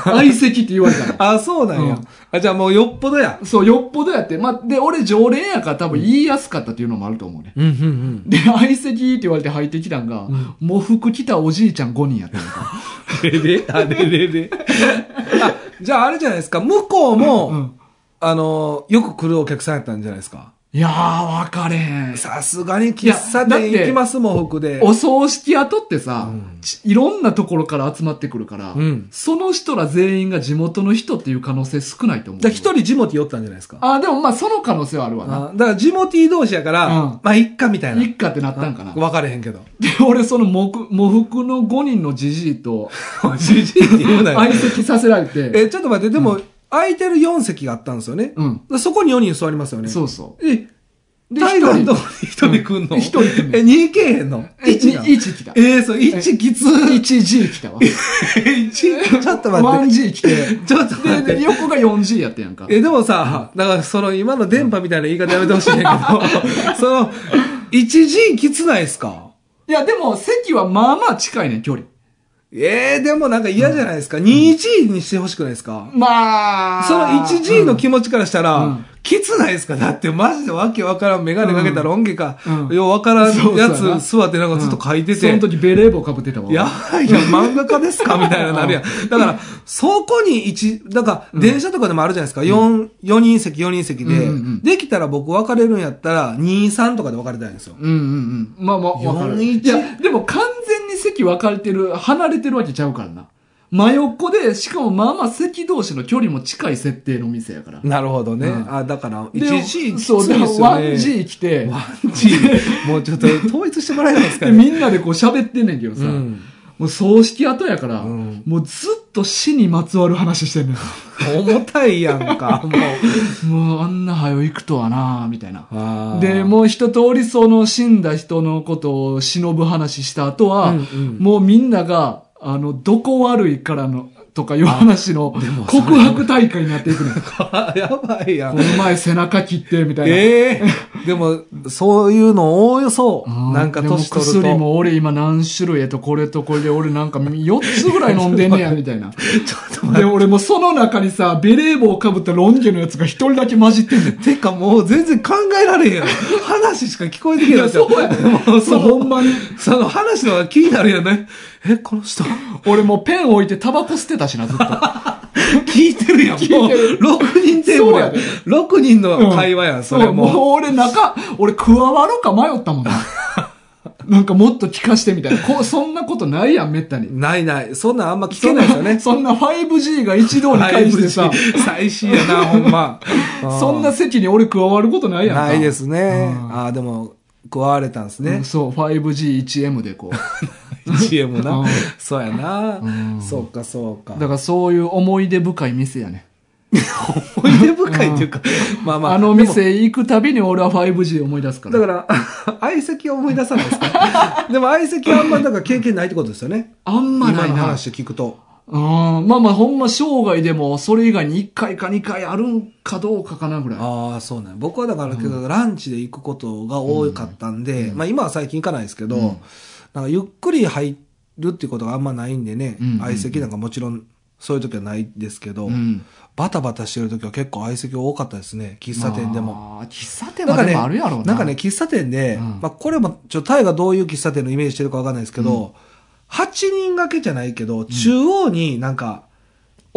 [SPEAKER 1] 相席って言われたら。
[SPEAKER 2] あ、そうなんや。
[SPEAKER 1] うん
[SPEAKER 2] あ、じゃあもうよっぽどや。
[SPEAKER 1] そう、よっぽどやって。まあ、で、俺常連やから多分言いやすかったっていうのもあると思うね。
[SPEAKER 2] うんうんうん。
[SPEAKER 1] で、相席って言われて入ってきたんが、喪服着たおじいちゃん5人やったんやから
[SPEAKER 2] れれあれれれ。 あ、じゃああれじゃないですか。向こうも、
[SPEAKER 1] うん
[SPEAKER 2] あの、よく来るお客さんやったんじゃ ないですか。
[SPEAKER 1] いやー、分かれへん。
[SPEAKER 2] さすがに喫茶店行きますもん、僕で。
[SPEAKER 1] お葬式後ってさ、
[SPEAKER 2] うん
[SPEAKER 1] ちいろんなところから集まってくるから、
[SPEAKER 2] うん
[SPEAKER 1] その人ら全員が地元の人っていう可能性少ないと思う。
[SPEAKER 2] だから一人ジモティ寄ったんじゃないですか。
[SPEAKER 1] あ、でもまあその可能性はあるわな。
[SPEAKER 2] あだからジモティ同士やから、
[SPEAKER 1] うん
[SPEAKER 2] まあ、いっかみたい な。
[SPEAKER 1] 一家ってなったんかな。
[SPEAKER 2] 分かれへんけど。
[SPEAKER 1] で、俺その喪服喪服の5人のじじいと
[SPEAKER 2] じじいって 言うなよ
[SPEAKER 1] 相席させられて、
[SPEAKER 2] え、ちょっと待って、でも、空いてる4席があったんですよね。
[SPEAKER 1] うん。
[SPEAKER 2] そこに4人座りますよね。
[SPEAKER 1] そうそ
[SPEAKER 2] え、
[SPEAKER 1] う。で、
[SPEAKER 2] タイガーのと
[SPEAKER 1] 一
[SPEAKER 2] こに一人来んの
[SPEAKER 1] うん一人来んの
[SPEAKER 2] え、2けへんの
[SPEAKER 1] えに
[SPEAKER 2] な
[SPEAKER 1] 一来た
[SPEAKER 2] えーそう、1きつ。
[SPEAKER 1] 人、1G 来たわ。
[SPEAKER 2] 1、ちょっと 待って。
[SPEAKER 1] 1G 来て、
[SPEAKER 2] ちょっと待 っ
[SPEAKER 1] で、で
[SPEAKER 2] て。
[SPEAKER 1] 横が 4G やったやんか。
[SPEAKER 2] え、でもさ、だからその今の電波みたいな言い方やめてほしいねんだけ ど、その、1G きつないっすか
[SPEAKER 1] いや、でも席はまあまあ近いね、距離。
[SPEAKER 2] えー、でもなんか嫌じゃないですか。2G にしてほしくないですか
[SPEAKER 1] まあ。
[SPEAKER 2] その 1G の気持ちからしたら、
[SPEAKER 1] うん
[SPEAKER 2] きつないですかだってマジでわけわからん、メガネかけたロン毛か、
[SPEAKER 1] うん
[SPEAKER 2] ようわから
[SPEAKER 1] そ
[SPEAKER 2] ん
[SPEAKER 1] う
[SPEAKER 2] や
[SPEAKER 1] そうやな
[SPEAKER 2] つ座ってなんかずっと書いてて、
[SPEAKER 1] その時ベレー帽かぶってたわ。
[SPEAKER 2] やばいやん、漫画家ですかみたいななるやん。だから、そこに一、なんか、電車とかでもあるじゃないですか。4、四人席、4人席
[SPEAKER 1] う
[SPEAKER 2] で、
[SPEAKER 1] んうんうん
[SPEAKER 2] できたら僕別れるんやったら、2、3とかで別れたいんですよ。
[SPEAKER 1] うんうんうん。まあまあ、わかる。
[SPEAKER 2] 4-1
[SPEAKER 1] いや、でも完全に席分かれてる、離れてるわけちゃうからな。真横で、しかもまあまあ席同士の距離も近い設定の店やから。
[SPEAKER 2] なるほどね。
[SPEAKER 1] うん
[SPEAKER 2] あ、だから、
[SPEAKER 1] で
[SPEAKER 2] 1G きつ
[SPEAKER 1] そう、
[SPEAKER 2] い
[SPEAKER 1] だ
[SPEAKER 2] で
[SPEAKER 1] から
[SPEAKER 2] すよね。
[SPEAKER 1] 1G 来て、
[SPEAKER 2] 1G。もうちょっと統一してもらえないですか
[SPEAKER 1] で、
[SPEAKER 2] ね。
[SPEAKER 1] みんなでこう喋ってんねんけどさ、
[SPEAKER 2] うん
[SPEAKER 1] もう葬式後やから、
[SPEAKER 2] うん
[SPEAKER 1] もうずっと死にまつわる話してんねん。
[SPEAKER 2] 重たいやんか、もう。
[SPEAKER 1] もうあんな早行くとはなみたいな。
[SPEAKER 2] あー
[SPEAKER 1] で、もう一通りその死んだ人のことを忍ぶ話した後は、
[SPEAKER 2] うんうん
[SPEAKER 1] もうみんなが、あの、どこ悪いからの、とかいう話の告白大会になって いくのよ。
[SPEAKER 2] やばいや
[SPEAKER 1] こ
[SPEAKER 2] ん。
[SPEAKER 1] の前背中切って、みたいな。
[SPEAKER 2] ええでも、そういうのおおよそ、
[SPEAKER 1] うん
[SPEAKER 2] なんか
[SPEAKER 1] でも
[SPEAKER 2] 年取ると。
[SPEAKER 1] 薬も俺今何種類えとこれとこれで俺なんか4つぐらい飲んでんねや、みたいな。
[SPEAKER 2] ちょっと待
[SPEAKER 1] で、俺もその中にさ、ベレー帽かぶったロン毛のやつが一人だけ混じってんねん。
[SPEAKER 2] って。てかもう全然考えられへんやん。話しか聞こえてけないじゃん。
[SPEAKER 1] いやそうや
[SPEAKER 2] もうそ
[SPEAKER 1] そう、
[SPEAKER 2] の、
[SPEAKER 1] ほんまに。
[SPEAKER 2] その話の方が気になるよね。え、この人、
[SPEAKER 1] 俺もうペン置いてタバコ捨てたしな、ずっと。
[SPEAKER 2] 聞いて るやん。もう、6人テーブルや
[SPEAKER 1] そうや
[SPEAKER 2] ん。
[SPEAKER 1] ね
[SPEAKER 2] 6人の会話やん、それ
[SPEAKER 1] う
[SPEAKER 2] も。
[SPEAKER 1] う俺中、俺加わろうか迷ったもん な。なんかもっと聞かしてみたいな。こうそんなことないやん、めったに。
[SPEAKER 2] ないない。そんなんあんま聞けないですよね。
[SPEAKER 1] そんな 5G が一堂に会してさ、
[SPEAKER 2] 5G 最新やな、ほんま。
[SPEAKER 1] そんな席に俺加わることないやんか。
[SPEAKER 2] ないですね。
[SPEAKER 1] うん
[SPEAKER 2] ああ、でも、加われたんです
[SPEAKER 1] う
[SPEAKER 2] ね
[SPEAKER 1] ん。そう、5G1M で こう。
[SPEAKER 2] CM な
[SPEAKER 1] うん。
[SPEAKER 2] そうや
[SPEAKER 1] ん
[SPEAKER 2] な。そうか、そうか。
[SPEAKER 1] だからそういう思い出深い店やね。
[SPEAKER 2] 思い出深いっていうか、まあまあ。
[SPEAKER 1] あの
[SPEAKER 2] で
[SPEAKER 1] 店行くたびに俺は 5G 思い出すか
[SPEAKER 2] も。だ
[SPEAKER 1] ら。
[SPEAKER 2] から、 相席は思い出さないですか でも相席はあんま、だから経験ないってことですよね。
[SPEAKER 1] あんま
[SPEAKER 2] 今
[SPEAKER 1] ない
[SPEAKER 2] の
[SPEAKER 1] な。
[SPEAKER 2] 話聞くと。
[SPEAKER 1] うん。まあまあほんま生涯でもそれ以外に1回か2回あるんかどうかかなぐらい。
[SPEAKER 2] ああ、そうね。僕はだから、けど、ランチで行くことが多かったんで、まあ今は最近行かないですけど、なんかゆっくり入るっていうことがあんまないんでね
[SPEAKER 1] うん、
[SPEAKER 2] 相席なんかもちろん、そういう時はないですけど、
[SPEAKER 1] うん
[SPEAKER 2] バタバタしてる時は結構相席多かったですね、喫茶店でも。
[SPEAKER 1] あー。喫茶店
[SPEAKER 2] なん
[SPEAKER 1] は
[SPEAKER 2] か
[SPEAKER 1] で
[SPEAKER 2] ね、
[SPEAKER 1] もあるやろうな。
[SPEAKER 2] なんかね、、喫茶店
[SPEAKER 1] う
[SPEAKER 2] で、
[SPEAKER 1] ん
[SPEAKER 2] まあこれも、ちょ、タイがどういう喫茶店のイメージしてるかわかんないですけど、8人掛けじゃないけど、中央になんか、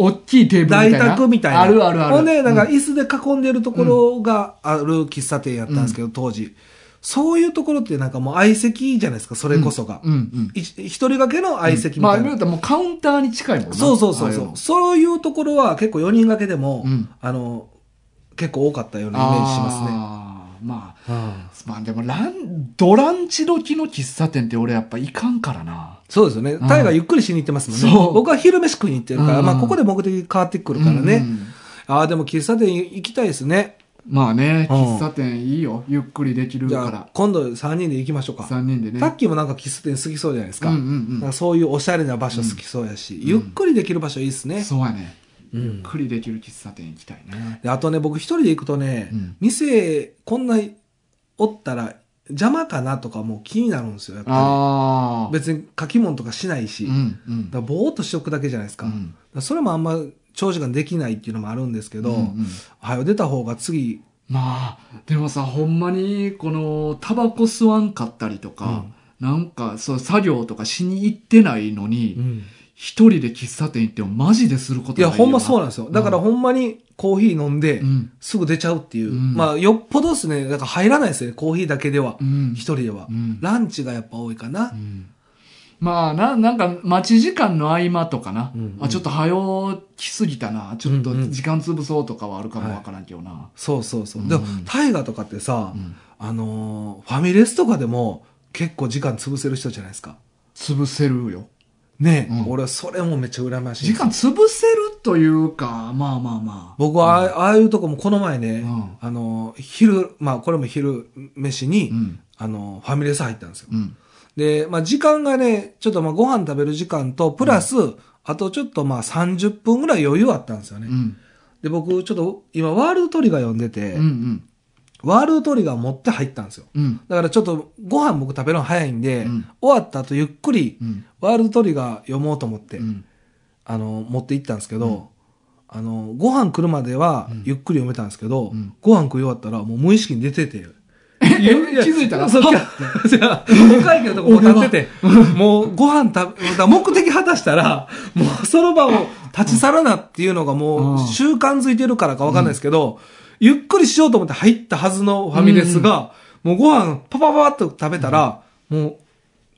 [SPEAKER 1] 大きいテーブルみた
[SPEAKER 2] 大
[SPEAKER 1] いな。
[SPEAKER 2] 宅みたいな。
[SPEAKER 1] あるあるある。
[SPEAKER 2] ほんで、なんか
[SPEAKER 1] う
[SPEAKER 2] 椅子で囲んでるところがある喫茶店やったんですけど、当時。そういうところってなんかもう相席じゃないですか、それこそが。
[SPEAKER 1] うんうん。
[SPEAKER 2] い一人掛けの相席み
[SPEAKER 1] まあ、
[SPEAKER 2] たい
[SPEAKER 1] 今言
[SPEAKER 2] な。
[SPEAKER 1] うたらもうカウンターに近いもんな
[SPEAKER 2] そうそうそう
[SPEAKER 1] ああい
[SPEAKER 2] そ
[SPEAKER 1] の
[SPEAKER 2] う。そういうところは結構4人掛けでも、
[SPEAKER 1] うん
[SPEAKER 2] あの、結構多かったようなイメージしますね。
[SPEAKER 1] あーまあ、
[SPEAKER 2] うん
[SPEAKER 1] まあでもラン、ドランチ時の喫茶店って俺やっぱいかんからな。
[SPEAKER 2] そうですよね。タイがゆっくりしに行ってますもんね。
[SPEAKER 1] そう
[SPEAKER 2] 僕は昼飯食いに行ってるから、
[SPEAKER 1] うん
[SPEAKER 2] まあここで目的変わってくるからね。
[SPEAKER 1] うん
[SPEAKER 2] ああ、でも喫茶店行きたいですね。
[SPEAKER 1] まあね、
[SPEAKER 2] うん
[SPEAKER 1] 喫茶店いいよ。ゆっくりできる
[SPEAKER 2] じゃ
[SPEAKER 1] か
[SPEAKER 2] あ
[SPEAKER 1] ら。
[SPEAKER 2] 今度3人で行きましょうか。
[SPEAKER 1] 3人でね。
[SPEAKER 2] タッキーもなんか喫茶店好きそうじゃないですか。
[SPEAKER 1] うんうんう
[SPEAKER 2] なん
[SPEAKER 1] ん
[SPEAKER 2] かそういうおしゃれな場所好きそうやし、ゆっくりできる場所いいですね。
[SPEAKER 1] そうやね。
[SPEAKER 2] うん
[SPEAKER 1] ゆっくりできる喫茶店行きたいね。
[SPEAKER 2] であとね、僕一人で行くとね、
[SPEAKER 1] うん
[SPEAKER 2] 店、こんなおったら邪魔かなとかもう気になるんですよ、やっぱ
[SPEAKER 1] ああ。
[SPEAKER 2] り。別に書き物とかしないし、
[SPEAKER 1] うんうん。
[SPEAKER 2] だからぼーっとしておくだけじゃないですか。
[SPEAKER 1] う
[SPEAKER 2] だか
[SPEAKER 1] ん
[SPEAKER 2] らそれもあんま長時間できないっていうのもあるんですけど、
[SPEAKER 1] うんうん
[SPEAKER 2] 早よ出た方が次、
[SPEAKER 1] まあ、でもさ、ほんまに、この、タバコ吸わんかったりとか、なんか、そう、作業とかしに行ってないのに、一人で喫茶店行ってもマジでするこ
[SPEAKER 2] い
[SPEAKER 1] と
[SPEAKER 2] や、ほんまそう
[SPEAKER 1] な
[SPEAKER 2] なんですよ。だからほんまにコーヒー飲んで、
[SPEAKER 1] うん。
[SPEAKER 2] すぐ出ちゃうっていう。
[SPEAKER 1] うん
[SPEAKER 2] まあ、よっぽどですね、だから入らないですね、コーヒーだけでは
[SPEAKER 1] う。ん。
[SPEAKER 2] 一人では
[SPEAKER 1] う。ん。
[SPEAKER 2] ランチがやっぱ多いかな
[SPEAKER 1] う。んまあ、な、なんか、待ち時間の合間とかな。
[SPEAKER 2] うんうん
[SPEAKER 1] あ、ちょっと早起きすぎたな。ちょっと
[SPEAKER 2] うんうん
[SPEAKER 1] 時間潰そうとかはあるかもわからんけどな。
[SPEAKER 2] そうそうそうう。
[SPEAKER 1] ん
[SPEAKER 2] でも、大河とかってさ
[SPEAKER 1] う、ん
[SPEAKER 2] あのーファミレスとかでも結構時間潰せる人じゃないですか。
[SPEAKER 1] 潰せるよ。
[SPEAKER 2] ねえ、
[SPEAKER 1] うん
[SPEAKER 2] 俺はそれもめっちゃ羨ましい。
[SPEAKER 1] 時間潰せるというか、まあまあまあ。
[SPEAKER 2] 僕はああ,、ああいうとこもこの前ね、
[SPEAKER 1] うん
[SPEAKER 2] あのー昼、まあこれも昼飯に、
[SPEAKER 1] うん。
[SPEAKER 2] あのーファミレス入ったんですよ。
[SPEAKER 1] うん。
[SPEAKER 2] で、まあ時間がね、ちょっとまあご飯食べる時間と、プラス、あとちょっとまあ30分ぐらい余裕あったんですよね。
[SPEAKER 1] うん。
[SPEAKER 2] で、僕ちょっと今ワールドトリガー読んでて、
[SPEAKER 1] うんうん。
[SPEAKER 2] ワールドトリガー持って入ったんですよ。
[SPEAKER 1] うん。
[SPEAKER 2] だからちょっとご飯僕食べるの早いんで、
[SPEAKER 1] うん
[SPEAKER 2] 終わった後ゆっくり
[SPEAKER 1] うん。
[SPEAKER 2] ワールドトリガー読もうと思って、
[SPEAKER 1] うん
[SPEAKER 2] あの、持って行ったんですけど、
[SPEAKER 1] うん
[SPEAKER 2] あの、ご飯来るまでは
[SPEAKER 1] うん
[SPEAKER 2] ゆっくり読めたんですけど、
[SPEAKER 1] うん
[SPEAKER 2] ご飯食い終わったらもう無意識に出てて。
[SPEAKER 1] え気づいたら
[SPEAKER 2] そう
[SPEAKER 1] はっ
[SPEAKER 2] じゃあ、お会計のとこも立ってて、もうご飯食べ、だから目的果たしたら、もうその場を立ち去らなっていうのがも
[SPEAKER 1] うん
[SPEAKER 2] う習慣づいてるからかわかんないですけど、ゆっくりしようと思って入ったはずのファミレスが、もうご飯パパパパッと食べたら、も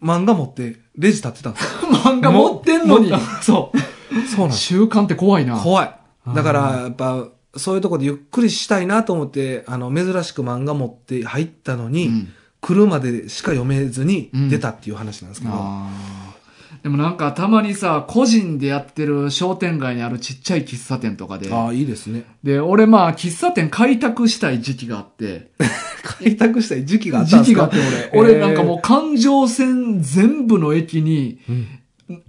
[SPEAKER 2] う漫画持ってレジ立ってたんですよ。
[SPEAKER 1] 漫画持ってんのに
[SPEAKER 2] も。う そう。そうなんです。
[SPEAKER 1] 習慣って怖いな。
[SPEAKER 2] 怖い。だから、やっぱ、そういうとこでゆっくりしたいなと思って、あの、珍しく漫画持って入ったのに、
[SPEAKER 1] うん
[SPEAKER 2] 来るまでしか読めずに
[SPEAKER 1] うん
[SPEAKER 2] 出たっていう話なんですけど。
[SPEAKER 1] あーでもなんかたまにさ、個人でやってる商店街にあるちっちゃい喫茶店とかで、
[SPEAKER 2] ああ、いいですね。
[SPEAKER 1] で、俺まあ喫茶店開拓したい時期があって、
[SPEAKER 2] 開拓したい時期があったん
[SPEAKER 1] 時期
[SPEAKER 2] です
[SPEAKER 1] があ
[SPEAKER 2] か
[SPEAKER 1] って俺、
[SPEAKER 2] え
[SPEAKER 1] 俺
[SPEAKER 2] ー
[SPEAKER 1] なんかもう環状線全部の駅に、いい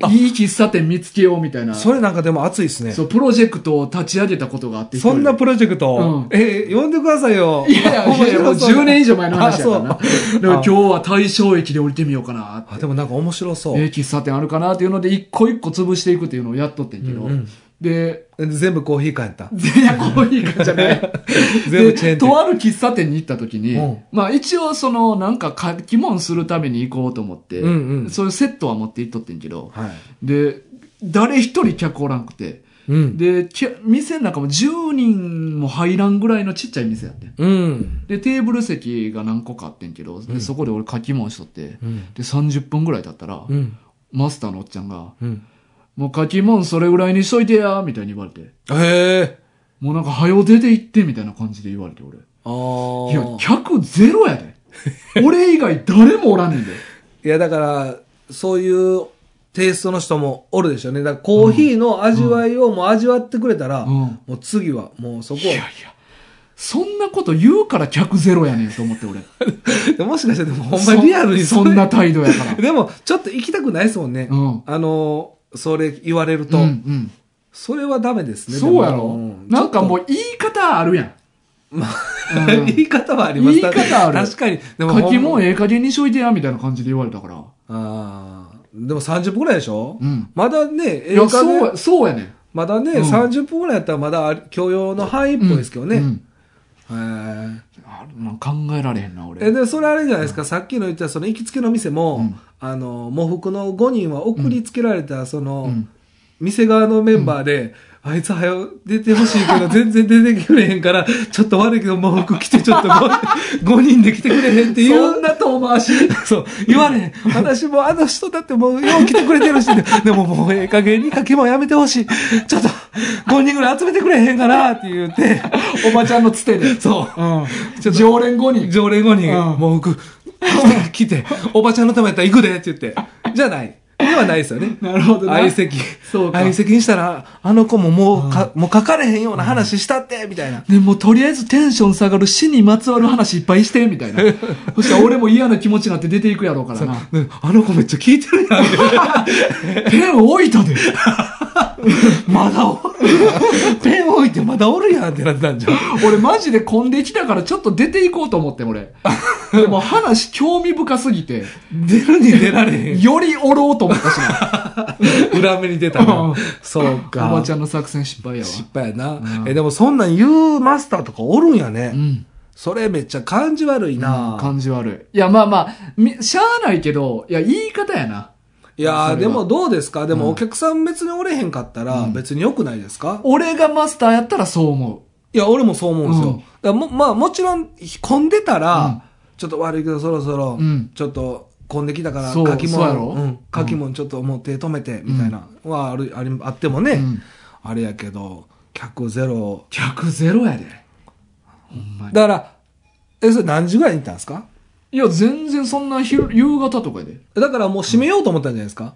[SPEAKER 2] あ
[SPEAKER 1] 喫茶店見つけようみたいな、
[SPEAKER 2] それなんかでも熱いですね。
[SPEAKER 1] そう、プロジェクトを立ち上げたことがあって、
[SPEAKER 2] そんなプロジェク
[SPEAKER 1] うん
[SPEAKER 2] ト、えー、呼んでくださいよ。
[SPEAKER 1] い やいやいやいや、もう10年以上前の話やからな。
[SPEAKER 2] あ
[SPEAKER 1] だから今日は大正駅で降りてみようかなって
[SPEAKER 2] あ、でもなんか面白そう。
[SPEAKER 1] えー喫茶店あるかなっていうので、一個一個潰していくっていうのをやっとってんけど、
[SPEAKER 2] うんうん
[SPEAKER 1] で、
[SPEAKER 2] 全部コーヒー買えた。
[SPEAKER 1] 全然コーヒーじゃない。
[SPEAKER 2] 全部チェー
[SPEAKER 1] で
[SPEAKER 2] ン店。
[SPEAKER 1] とある喫茶店に行った時に、
[SPEAKER 2] うん
[SPEAKER 1] まあ一応そのなんか書き物するために行こうと思って、
[SPEAKER 2] うんうん
[SPEAKER 1] そういうセットは持って行っとってんけど、
[SPEAKER 2] はい。
[SPEAKER 1] で、誰一人客おらんくて、
[SPEAKER 2] うん。
[SPEAKER 1] で、き店の中も10人も入らんぐらいのちっちゃい店やってん。
[SPEAKER 2] うん。
[SPEAKER 1] で、テーブル席が何個かあってんけど、でそこで俺書き物しとって、
[SPEAKER 2] うん。
[SPEAKER 1] で、30分ぐらい経ったら、
[SPEAKER 2] うん。
[SPEAKER 1] マスターのおっちゃんが、
[SPEAKER 2] うん。
[SPEAKER 1] もう書き物それぐらいにしといてや、みたいに言われて。
[SPEAKER 2] へえ。
[SPEAKER 1] もうなんか、早う出て行って、みたいな感じで言われて、俺。
[SPEAKER 2] ああ。
[SPEAKER 1] いや、客ゼロやで。俺以外誰もおらんねんで。
[SPEAKER 2] いや、だから、そういうテイストの人もおるでしょうね。だからコーヒーの味わいをもう味わってくれたら、
[SPEAKER 1] うん
[SPEAKER 2] もう次はもうそこ
[SPEAKER 1] いやいや、そんなこと言うから客ゼロやねんと思って、俺。
[SPEAKER 2] を。もしかしてでもほんまにリアルに
[SPEAKER 1] そ
[SPEAKER 2] そ
[SPEAKER 1] ん そ
[SPEAKER 2] ん
[SPEAKER 1] ん
[SPEAKER 2] な。
[SPEAKER 1] な態度やから。
[SPEAKER 2] でも、ちょっと行きたくないですもんね。
[SPEAKER 1] うん。
[SPEAKER 2] あのー、それ言われると。
[SPEAKER 1] うんうん。
[SPEAKER 2] それはダメですね。
[SPEAKER 1] そうや
[SPEAKER 2] でも
[SPEAKER 1] ろ
[SPEAKER 2] ん
[SPEAKER 1] なんかも
[SPEAKER 2] ち
[SPEAKER 1] う言い方あるやん。
[SPEAKER 2] ょっ
[SPEAKER 1] う
[SPEAKER 2] と
[SPEAKER 1] ん
[SPEAKER 2] 言い方はあります
[SPEAKER 1] 言い方ある
[SPEAKER 2] 確かに。で
[SPEAKER 1] 書き
[SPEAKER 2] ほ
[SPEAKER 1] も
[SPEAKER 2] ん
[SPEAKER 1] ええ加減にしといてや、みたいな感じで言われたから。
[SPEAKER 2] ああ。でも30分くらいでしょ
[SPEAKER 1] うん。
[SPEAKER 2] まだね、
[SPEAKER 1] い
[SPEAKER 2] 映
[SPEAKER 1] や、
[SPEAKER 2] 画
[SPEAKER 1] そうや、そうやねん。
[SPEAKER 2] まだね、
[SPEAKER 1] うん
[SPEAKER 2] 30分ぐらいやったらまだあり許容の範囲っぽいですけどね。
[SPEAKER 1] うん
[SPEAKER 2] へえ
[SPEAKER 1] あなんか考えられへんな、俺。
[SPEAKER 2] えでそれあれじゃないですか、さっきの言ったその行きつけの店も、
[SPEAKER 1] うん
[SPEAKER 2] あの喪服の5人は送りつけられたその、
[SPEAKER 1] うん
[SPEAKER 2] 店側のメンバーで、あいつ早う出てほしいけ ど全然出てくれへんからちょっと悪いけど喪服着てちょっと 5, 人で来てくれへんっていう
[SPEAKER 1] そんな遠回し。
[SPEAKER 2] そう、言われへん。私もあの人だってもうよう来てくれてるし、でももうええ加減にかけもやめてほしい。ちょっと、5人ぐらい集めてくれへんかなって言って、
[SPEAKER 1] おばちゃんのつてで。
[SPEAKER 2] そ
[SPEAKER 1] うん。常連5
[SPEAKER 2] う、
[SPEAKER 1] 人。
[SPEAKER 2] 常連5人、
[SPEAKER 1] うん
[SPEAKER 2] もう僕、来て、来ておばちゃんのためやったら行くでって言って、じゃない。ではないですよね。
[SPEAKER 1] なるほどな
[SPEAKER 2] 相席。
[SPEAKER 1] そうか
[SPEAKER 2] 相席にしたら、あの子ももうか、もう書かれへんような話したって、みたいな。
[SPEAKER 1] でもうとりあえずテンション下がる死にまつわる話いっぱいして、みたい な。そしたら俺も嫌な気持ちになって出ていくやろうからな。
[SPEAKER 2] ねあの子めっちゃ聞いてるや ん。
[SPEAKER 1] ペン置いた で。
[SPEAKER 2] まだおるやん。ペン置いてまだおるやんってなってたんじゃん。
[SPEAKER 1] 俺マジで混んできたからちょっと出ていこうと思ってん俺。でも話興味深すぎて、
[SPEAKER 2] 出るに出られへん。
[SPEAKER 1] よりおろうと思ったしな。
[SPEAKER 2] 裏目に出た
[SPEAKER 1] う。
[SPEAKER 2] なんそうか。
[SPEAKER 1] おばちゃんの作戦失敗やわ。
[SPEAKER 2] 失敗やな。え、でもそんなん言うマスターとかおるんやね。
[SPEAKER 1] うん。
[SPEAKER 2] それめっちゃ感じ悪いな。
[SPEAKER 1] 感じ悪い。いや、まあまあ、みしゃあないけど、いや、言い方やな。
[SPEAKER 2] いやー
[SPEAKER 1] それ
[SPEAKER 2] で
[SPEAKER 1] は
[SPEAKER 2] もどうですかで
[SPEAKER 1] う
[SPEAKER 2] も
[SPEAKER 1] ん
[SPEAKER 2] お客さん別におれへんかったら
[SPEAKER 1] うん
[SPEAKER 2] 別に良くないですか
[SPEAKER 1] 俺がマスターやったらそう思
[SPEAKER 2] いや、俺もそう思うんですよ
[SPEAKER 1] うん。
[SPEAKER 2] だからも、まあもちろん混んでた
[SPEAKER 1] うん
[SPEAKER 2] ら、ちょっと悪いけどそろそろ
[SPEAKER 1] うん、
[SPEAKER 2] ちょっと混んできたから、
[SPEAKER 1] そう
[SPEAKER 2] 書き
[SPEAKER 1] そうやろ
[SPEAKER 2] もん、書きもんちょっともう手止めて、みたいな、はある、ありあっても
[SPEAKER 1] う。
[SPEAKER 2] ね、
[SPEAKER 1] うん。
[SPEAKER 2] あれやけど、客ゼロ。
[SPEAKER 1] 客ゼロやで。ほんまに。
[SPEAKER 2] だから、え、それ何時ぐらいに行ったんですか
[SPEAKER 1] いや、全然そんな昼、夕方とかやで。
[SPEAKER 2] だからもう閉めようと思ったんじゃないですか、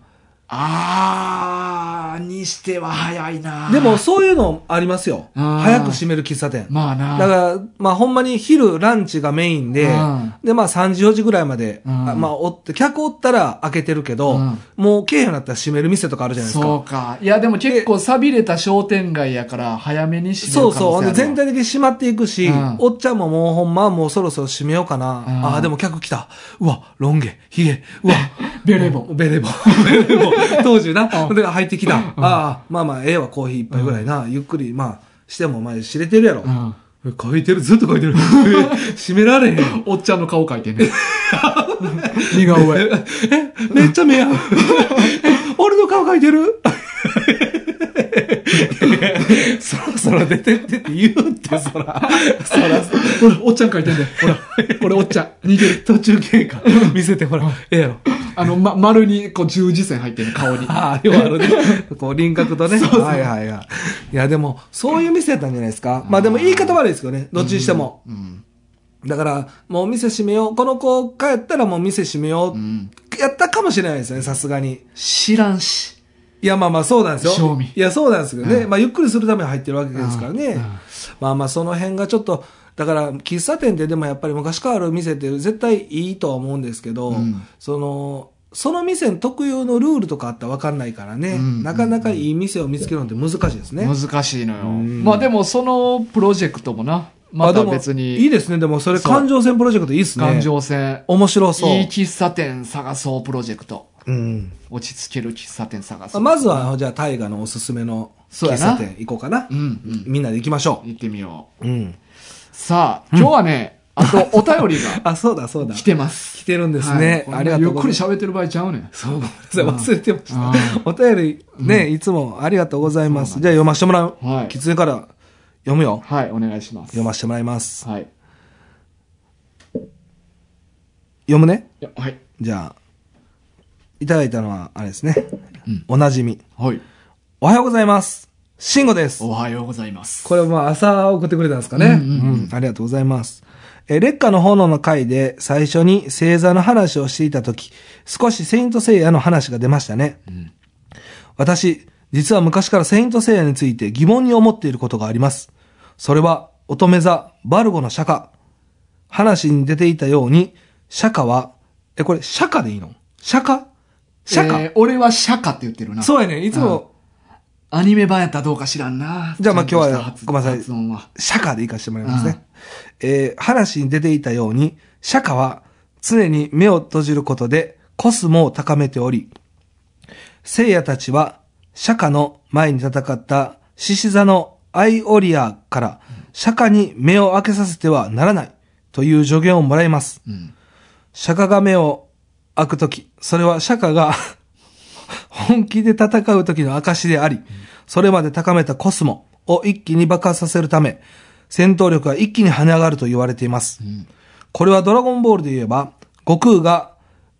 [SPEAKER 1] あー、にしては早いな
[SPEAKER 2] でも、そういうのありますよ。
[SPEAKER 1] あー
[SPEAKER 2] 早く閉める喫茶店。
[SPEAKER 1] まあな
[SPEAKER 2] だから、まあほんまに昼ランチがメインで
[SPEAKER 1] うん、
[SPEAKER 2] でまあ3時4時ぐらいまで、
[SPEAKER 1] うん
[SPEAKER 2] あまあおって、客おったら開けてるけど、
[SPEAKER 1] うん
[SPEAKER 2] もう経営になったら閉める店とかあるじゃないです
[SPEAKER 1] そ
[SPEAKER 2] か。
[SPEAKER 1] うか。いや、でも結構寂れた商店街やから、早めに閉め
[SPEAKER 2] そ
[SPEAKER 1] る
[SPEAKER 2] う
[SPEAKER 1] 可能
[SPEAKER 2] そう。
[SPEAKER 1] 性ある
[SPEAKER 2] で
[SPEAKER 1] わ
[SPEAKER 2] 全体的に閉まっていくし、
[SPEAKER 1] うん
[SPEAKER 2] おっちゃんももうほんまもうそろそろ閉めようかな。
[SPEAKER 1] ん
[SPEAKER 2] ああ、でも客来た。うわ、ロン毛、ヒゲ、うわ。
[SPEAKER 1] ベレボン。
[SPEAKER 2] ベレボ。 ベレボ。当時な。
[SPEAKER 1] うん
[SPEAKER 2] で、入ってきた。ああ、まあまあ、ええわ、コーヒー一杯ぐらいな。ゆっくり、まあ、してもお前知れてるやろ。
[SPEAKER 1] うん
[SPEAKER 2] 書いてる、ずっと書いてる。 閉められへん。
[SPEAKER 1] おっちゃんの顔描いて ね。似顔絵。
[SPEAKER 2] え、 めっちゃ目合う。え俺の顔書いてる そろそろ出てってって言うって、そら。そら、
[SPEAKER 1] ほら、おっちゃん描いてんだよ。ほら、これおっちゃん。似てる。
[SPEAKER 2] 途中経過見せて、ほら、ええやろ。
[SPEAKER 1] あの、ま、丸に、こう、十字線入ってる、顔に。
[SPEAKER 2] ああ、ようあるね。 こう輪郭とね。はいはいはい。いや、でも、そういう店やったんじゃないですか。まあでも言い方悪いですけどね。どっちにしても。
[SPEAKER 1] うん。
[SPEAKER 2] だから、もう店閉めよう。この子帰ったらもう店閉めよ
[SPEAKER 1] う
[SPEAKER 2] う。
[SPEAKER 1] ん。
[SPEAKER 2] やったかもしれないですよね、さすがに。
[SPEAKER 1] 知らんし。
[SPEAKER 2] いや、まあまあ、そうなんですよ。
[SPEAKER 1] 賞味
[SPEAKER 2] いや、そうなんですけどね。
[SPEAKER 1] うん
[SPEAKER 2] まあ、ゆっくりするために入ってるわけですからね。
[SPEAKER 1] うんうん
[SPEAKER 2] まあまあ、その辺がちょっと、だから、喫茶店ってでもやっぱり昔からある店って絶対いいとは思うんですけど、
[SPEAKER 1] うん
[SPEAKER 2] その、その店特有のルールとかあったらわかんないからね、
[SPEAKER 1] うん
[SPEAKER 2] なかなかいい店を見つけるのって難しいですね。
[SPEAKER 1] 難しいのよ。
[SPEAKER 2] うん
[SPEAKER 1] まあでも、そのプロジェクトもな、
[SPEAKER 2] あ
[SPEAKER 1] ま
[SPEAKER 2] で
[SPEAKER 1] た
[SPEAKER 2] も
[SPEAKER 1] 別
[SPEAKER 2] いい
[SPEAKER 1] に、
[SPEAKER 2] ですね。でも、それ
[SPEAKER 1] そう
[SPEAKER 2] 環状線プロジェクトいいですね。
[SPEAKER 1] 感。情線、
[SPEAKER 2] 面白そう。
[SPEAKER 1] いい喫茶店探そうプロジェクト。
[SPEAKER 2] うん。
[SPEAKER 1] 落ち着ける喫茶店探そ
[SPEAKER 2] まあ
[SPEAKER 1] う。
[SPEAKER 2] まずは、じゃあ、大河のおすすめの
[SPEAKER 1] そう
[SPEAKER 2] 喫
[SPEAKER 1] やな
[SPEAKER 2] 茶店行こうかな。
[SPEAKER 1] うん、うん。
[SPEAKER 2] みんなで行きましょ
[SPEAKER 1] 行ってみよう。
[SPEAKER 2] う。うん。
[SPEAKER 1] さあ、今日はね、あと、お便りが
[SPEAKER 2] あ、そうだ、そうだ。
[SPEAKER 1] 来てます。
[SPEAKER 2] 来てるんですね。
[SPEAKER 1] はい
[SPEAKER 2] ありがとうございます。
[SPEAKER 1] ゆっくり喋ってる場合ちゃうねん。
[SPEAKER 2] そう、ごめんなさい。忘れてまし
[SPEAKER 1] あ
[SPEAKER 2] た。お便り、ね、いつもありがとうございます。じゃあ読ませてもらう。
[SPEAKER 1] はい
[SPEAKER 2] キツネから読むよ。
[SPEAKER 1] はい、お願いします。
[SPEAKER 2] 読ませてもらいます。
[SPEAKER 1] はい。い
[SPEAKER 2] 読むね。
[SPEAKER 1] やはい。
[SPEAKER 2] じゃあ、いただいたのは、あれですね
[SPEAKER 1] うん。
[SPEAKER 2] おなじみ。
[SPEAKER 1] はい。
[SPEAKER 2] おはようございます。しんごです。
[SPEAKER 1] おはようございます。
[SPEAKER 2] これまあ朝送ってくれたんですかね。う
[SPEAKER 1] うんんうん
[SPEAKER 2] ありがとうございます。えー、劣化の炎の回で最初に星座の話をしていたとき、少しセイントセイヤの話が出ましたね。
[SPEAKER 1] ん
[SPEAKER 2] 私、実は昔からセイントセイヤについて疑問に思っていることがあります。それは、乙女座、バルゴの釈迦。話に出ていたように、釈迦は、え、これ釈迦でいいの釈迦釈迦、
[SPEAKER 1] えー俺はシャカって言ってるな。
[SPEAKER 2] そうやね。いつも、
[SPEAKER 1] アニメ版やったらどうか知らんな。
[SPEAKER 2] じゃあまあ今日は
[SPEAKER 1] ちゃとした
[SPEAKER 2] ごめんなさい
[SPEAKER 1] 発音は。
[SPEAKER 2] 釈迦で行かせてもらいますね。えー話に出ていたように、釈迦は常に目を閉じることでコスモを高めており、聖夜たちは釈迦の前に戦った獅子座のアイオリアから、釈迦に目を開けさせてはならないという助言をもらいます。
[SPEAKER 1] うん。
[SPEAKER 2] 釈迦が目を開くとき、それは釈迦が 本気で戦うときの証であり、それまで高めたコスモを一気に爆発させるため、戦闘力が一気に跳ね上がると言われています。これはドラゴンボールで言えば、悟空が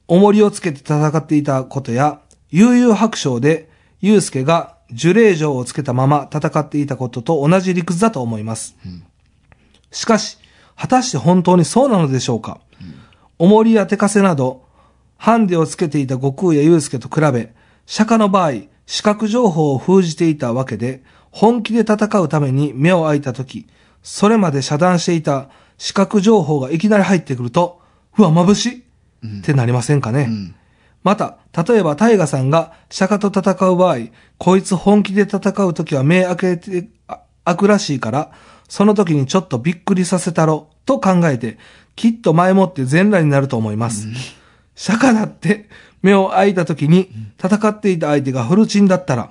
[SPEAKER 2] 重りをつけて戦っていたことや、悠々白書で、祐介が呪霊城をつけたまま戦っていたことと同じ理屈だと思います。しかし、果たして本当にそうなのでしょうか、重りや手かせなど、ハンデをつけていた悟空や祐介と比べ、釈迦の場合、視覚情報を封じていたわけで、本気で戦うために目を開いたとき、それまで遮断していた視覚情報がいきなり入ってくると、うわ、眩しい、ってなりませんかね、
[SPEAKER 1] ん
[SPEAKER 2] また、例えば、タイガさんが釈迦と戦う場合、こいつ本気で戦うときは目開けて、あ開くらしいから、その時にちょっとびっくりさせたろ、と考えて、きっと前もって全裸になると思います。釈迦だって、目を開いた時に、戦っていた相手がフルチンだったら、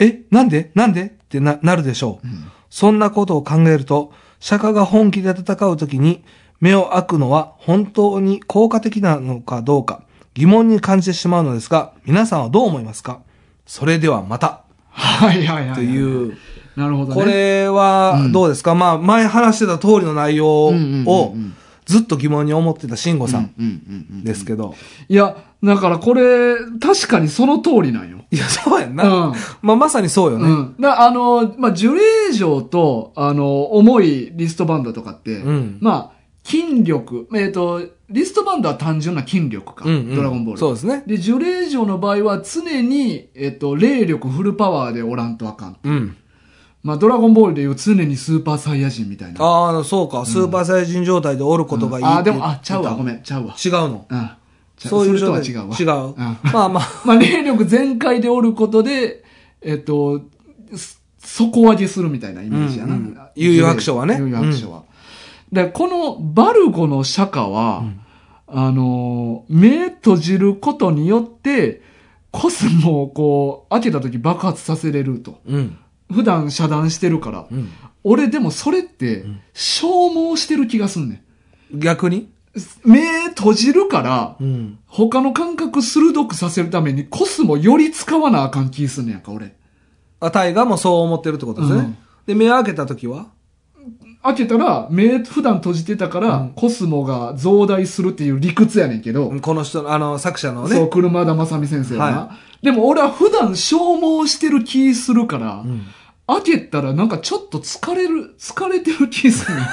[SPEAKER 2] え、なんでなんでってな、なるでしょう。そんなことを考えると、釈迦が本気で戦うときに、目を開くのは本当に効果的なのかどうか、疑問に感じてしまうのですが、皆さんはどう思いますかそれではまた、
[SPEAKER 1] はいはいはいはい。
[SPEAKER 2] という。
[SPEAKER 1] なるほどね。
[SPEAKER 2] これは、どうですか、まあ、前話してた通りの内容
[SPEAKER 1] うんうんうん
[SPEAKER 2] を
[SPEAKER 1] うん、
[SPEAKER 2] ずっと疑問に思ってた慎吾さん
[SPEAKER 1] うんうんうん。
[SPEAKER 2] ですけど。
[SPEAKER 1] いや、だからこれ、確かにその通りなんよ。
[SPEAKER 2] いや、そうやんな。
[SPEAKER 1] うん。
[SPEAKER 2] まあ、まさにそうよ
[SPEAKER 1] う
[SPEAKER 2] ね。
[SPEAKER 1] ん。だあの、まあ、呪霊城と、あの、重いリストバンドとかって、
[SPEAKER 2] うん
[SPEAKER 1] まあ、筋力、えっ、と、リストバンドは単純な筋力か。
[SPEAKER 2] うんうん
[SPEAKER 1] ドラゴンボール。
[SPEAKER 2] そうですね。
[SPEAKER 1] で、呪霊城の場合は常に、えっ、と、霊力フルパワーでおらんとあかん。
[SPEAKER 2] うん。
[SPEAKER 1] まあ、ドラゴンボールでいう常にスーパーサイヤ人みたいな。
[SPEAKER 2] ああ、そうか。スーパーサイヤ人状態でおることがいい。
[SPEAKER 1] あーでも、あ、ちゃうわ、ご
[SPEAKER 2] ん。
[SPEAKER 1] めん、ちゃうわ。
[SPEAKER 2] 違うの。
[SPEAKER 1] うん。ちゃ
[SPEAKER 2] そういう
[SPEAKER 1] そ
[SPEAKER 2] 状
[SPEAKER 1] れ
[SPEAKER 2] 態。
[SPEAKER 1] とは違うわ。
[SPEAKER 2] 違う。
[SPEAKER 1] ん
[SPEAKER 2] まあまあ。
[SPEAKER 1] まあ、霊力全開でおることで、えっと、す底上げするみたいなイメージやな。
[SPEAKER 2] うんうん悠々白書はね
[SPEAKER 1] 悠々白書は。で、このバルゴの釈迦は、あのー、目閉じることによって、コスモをこう、開けた時爆発させれると。
[SPEAKER 2] うん。
[SPEAKER 1] 普段遮断してるから。
[SPEAKER 2] うん。
[SPEAKER 1] 俺でもそれって
[SPEAKER 2] ん、
[SPEAKER 1] 消耗してる気がすんね
[SPEAKER 2] 逆に
[SPEAKER 1] ん。目閉じるから、
[SPEAKER 2] うん。
[SPEAKER 1] 他の感覚鋭くさせるためにコスモより使わなあかん気すんねやんか、俺。
[SPEAKER 2] あ、タイガもそう思ってるってことですね。
[SPEAKER 1] うん
[SPEAKER 2] で、目開けた時は
[SPEAKER 1] 開けたら、目普段閉じてたから、
[SPEAKER 2] うん
[SPEAKER 1] コスモが増大するっていう理屈やねんけど、
[SPEAKER 2] この人の、あの、作者のね。
[SPEAKER 1] そう、車田正美先生はな、
[SPEAKER 2] は
[SPEAKER 1] でも俺は普段消耗してる気するから、
[SPEAKER 2] ん
[SPEAKER 1] 開けたらなんかちょっと疲れる、疲れてる気する、ねん、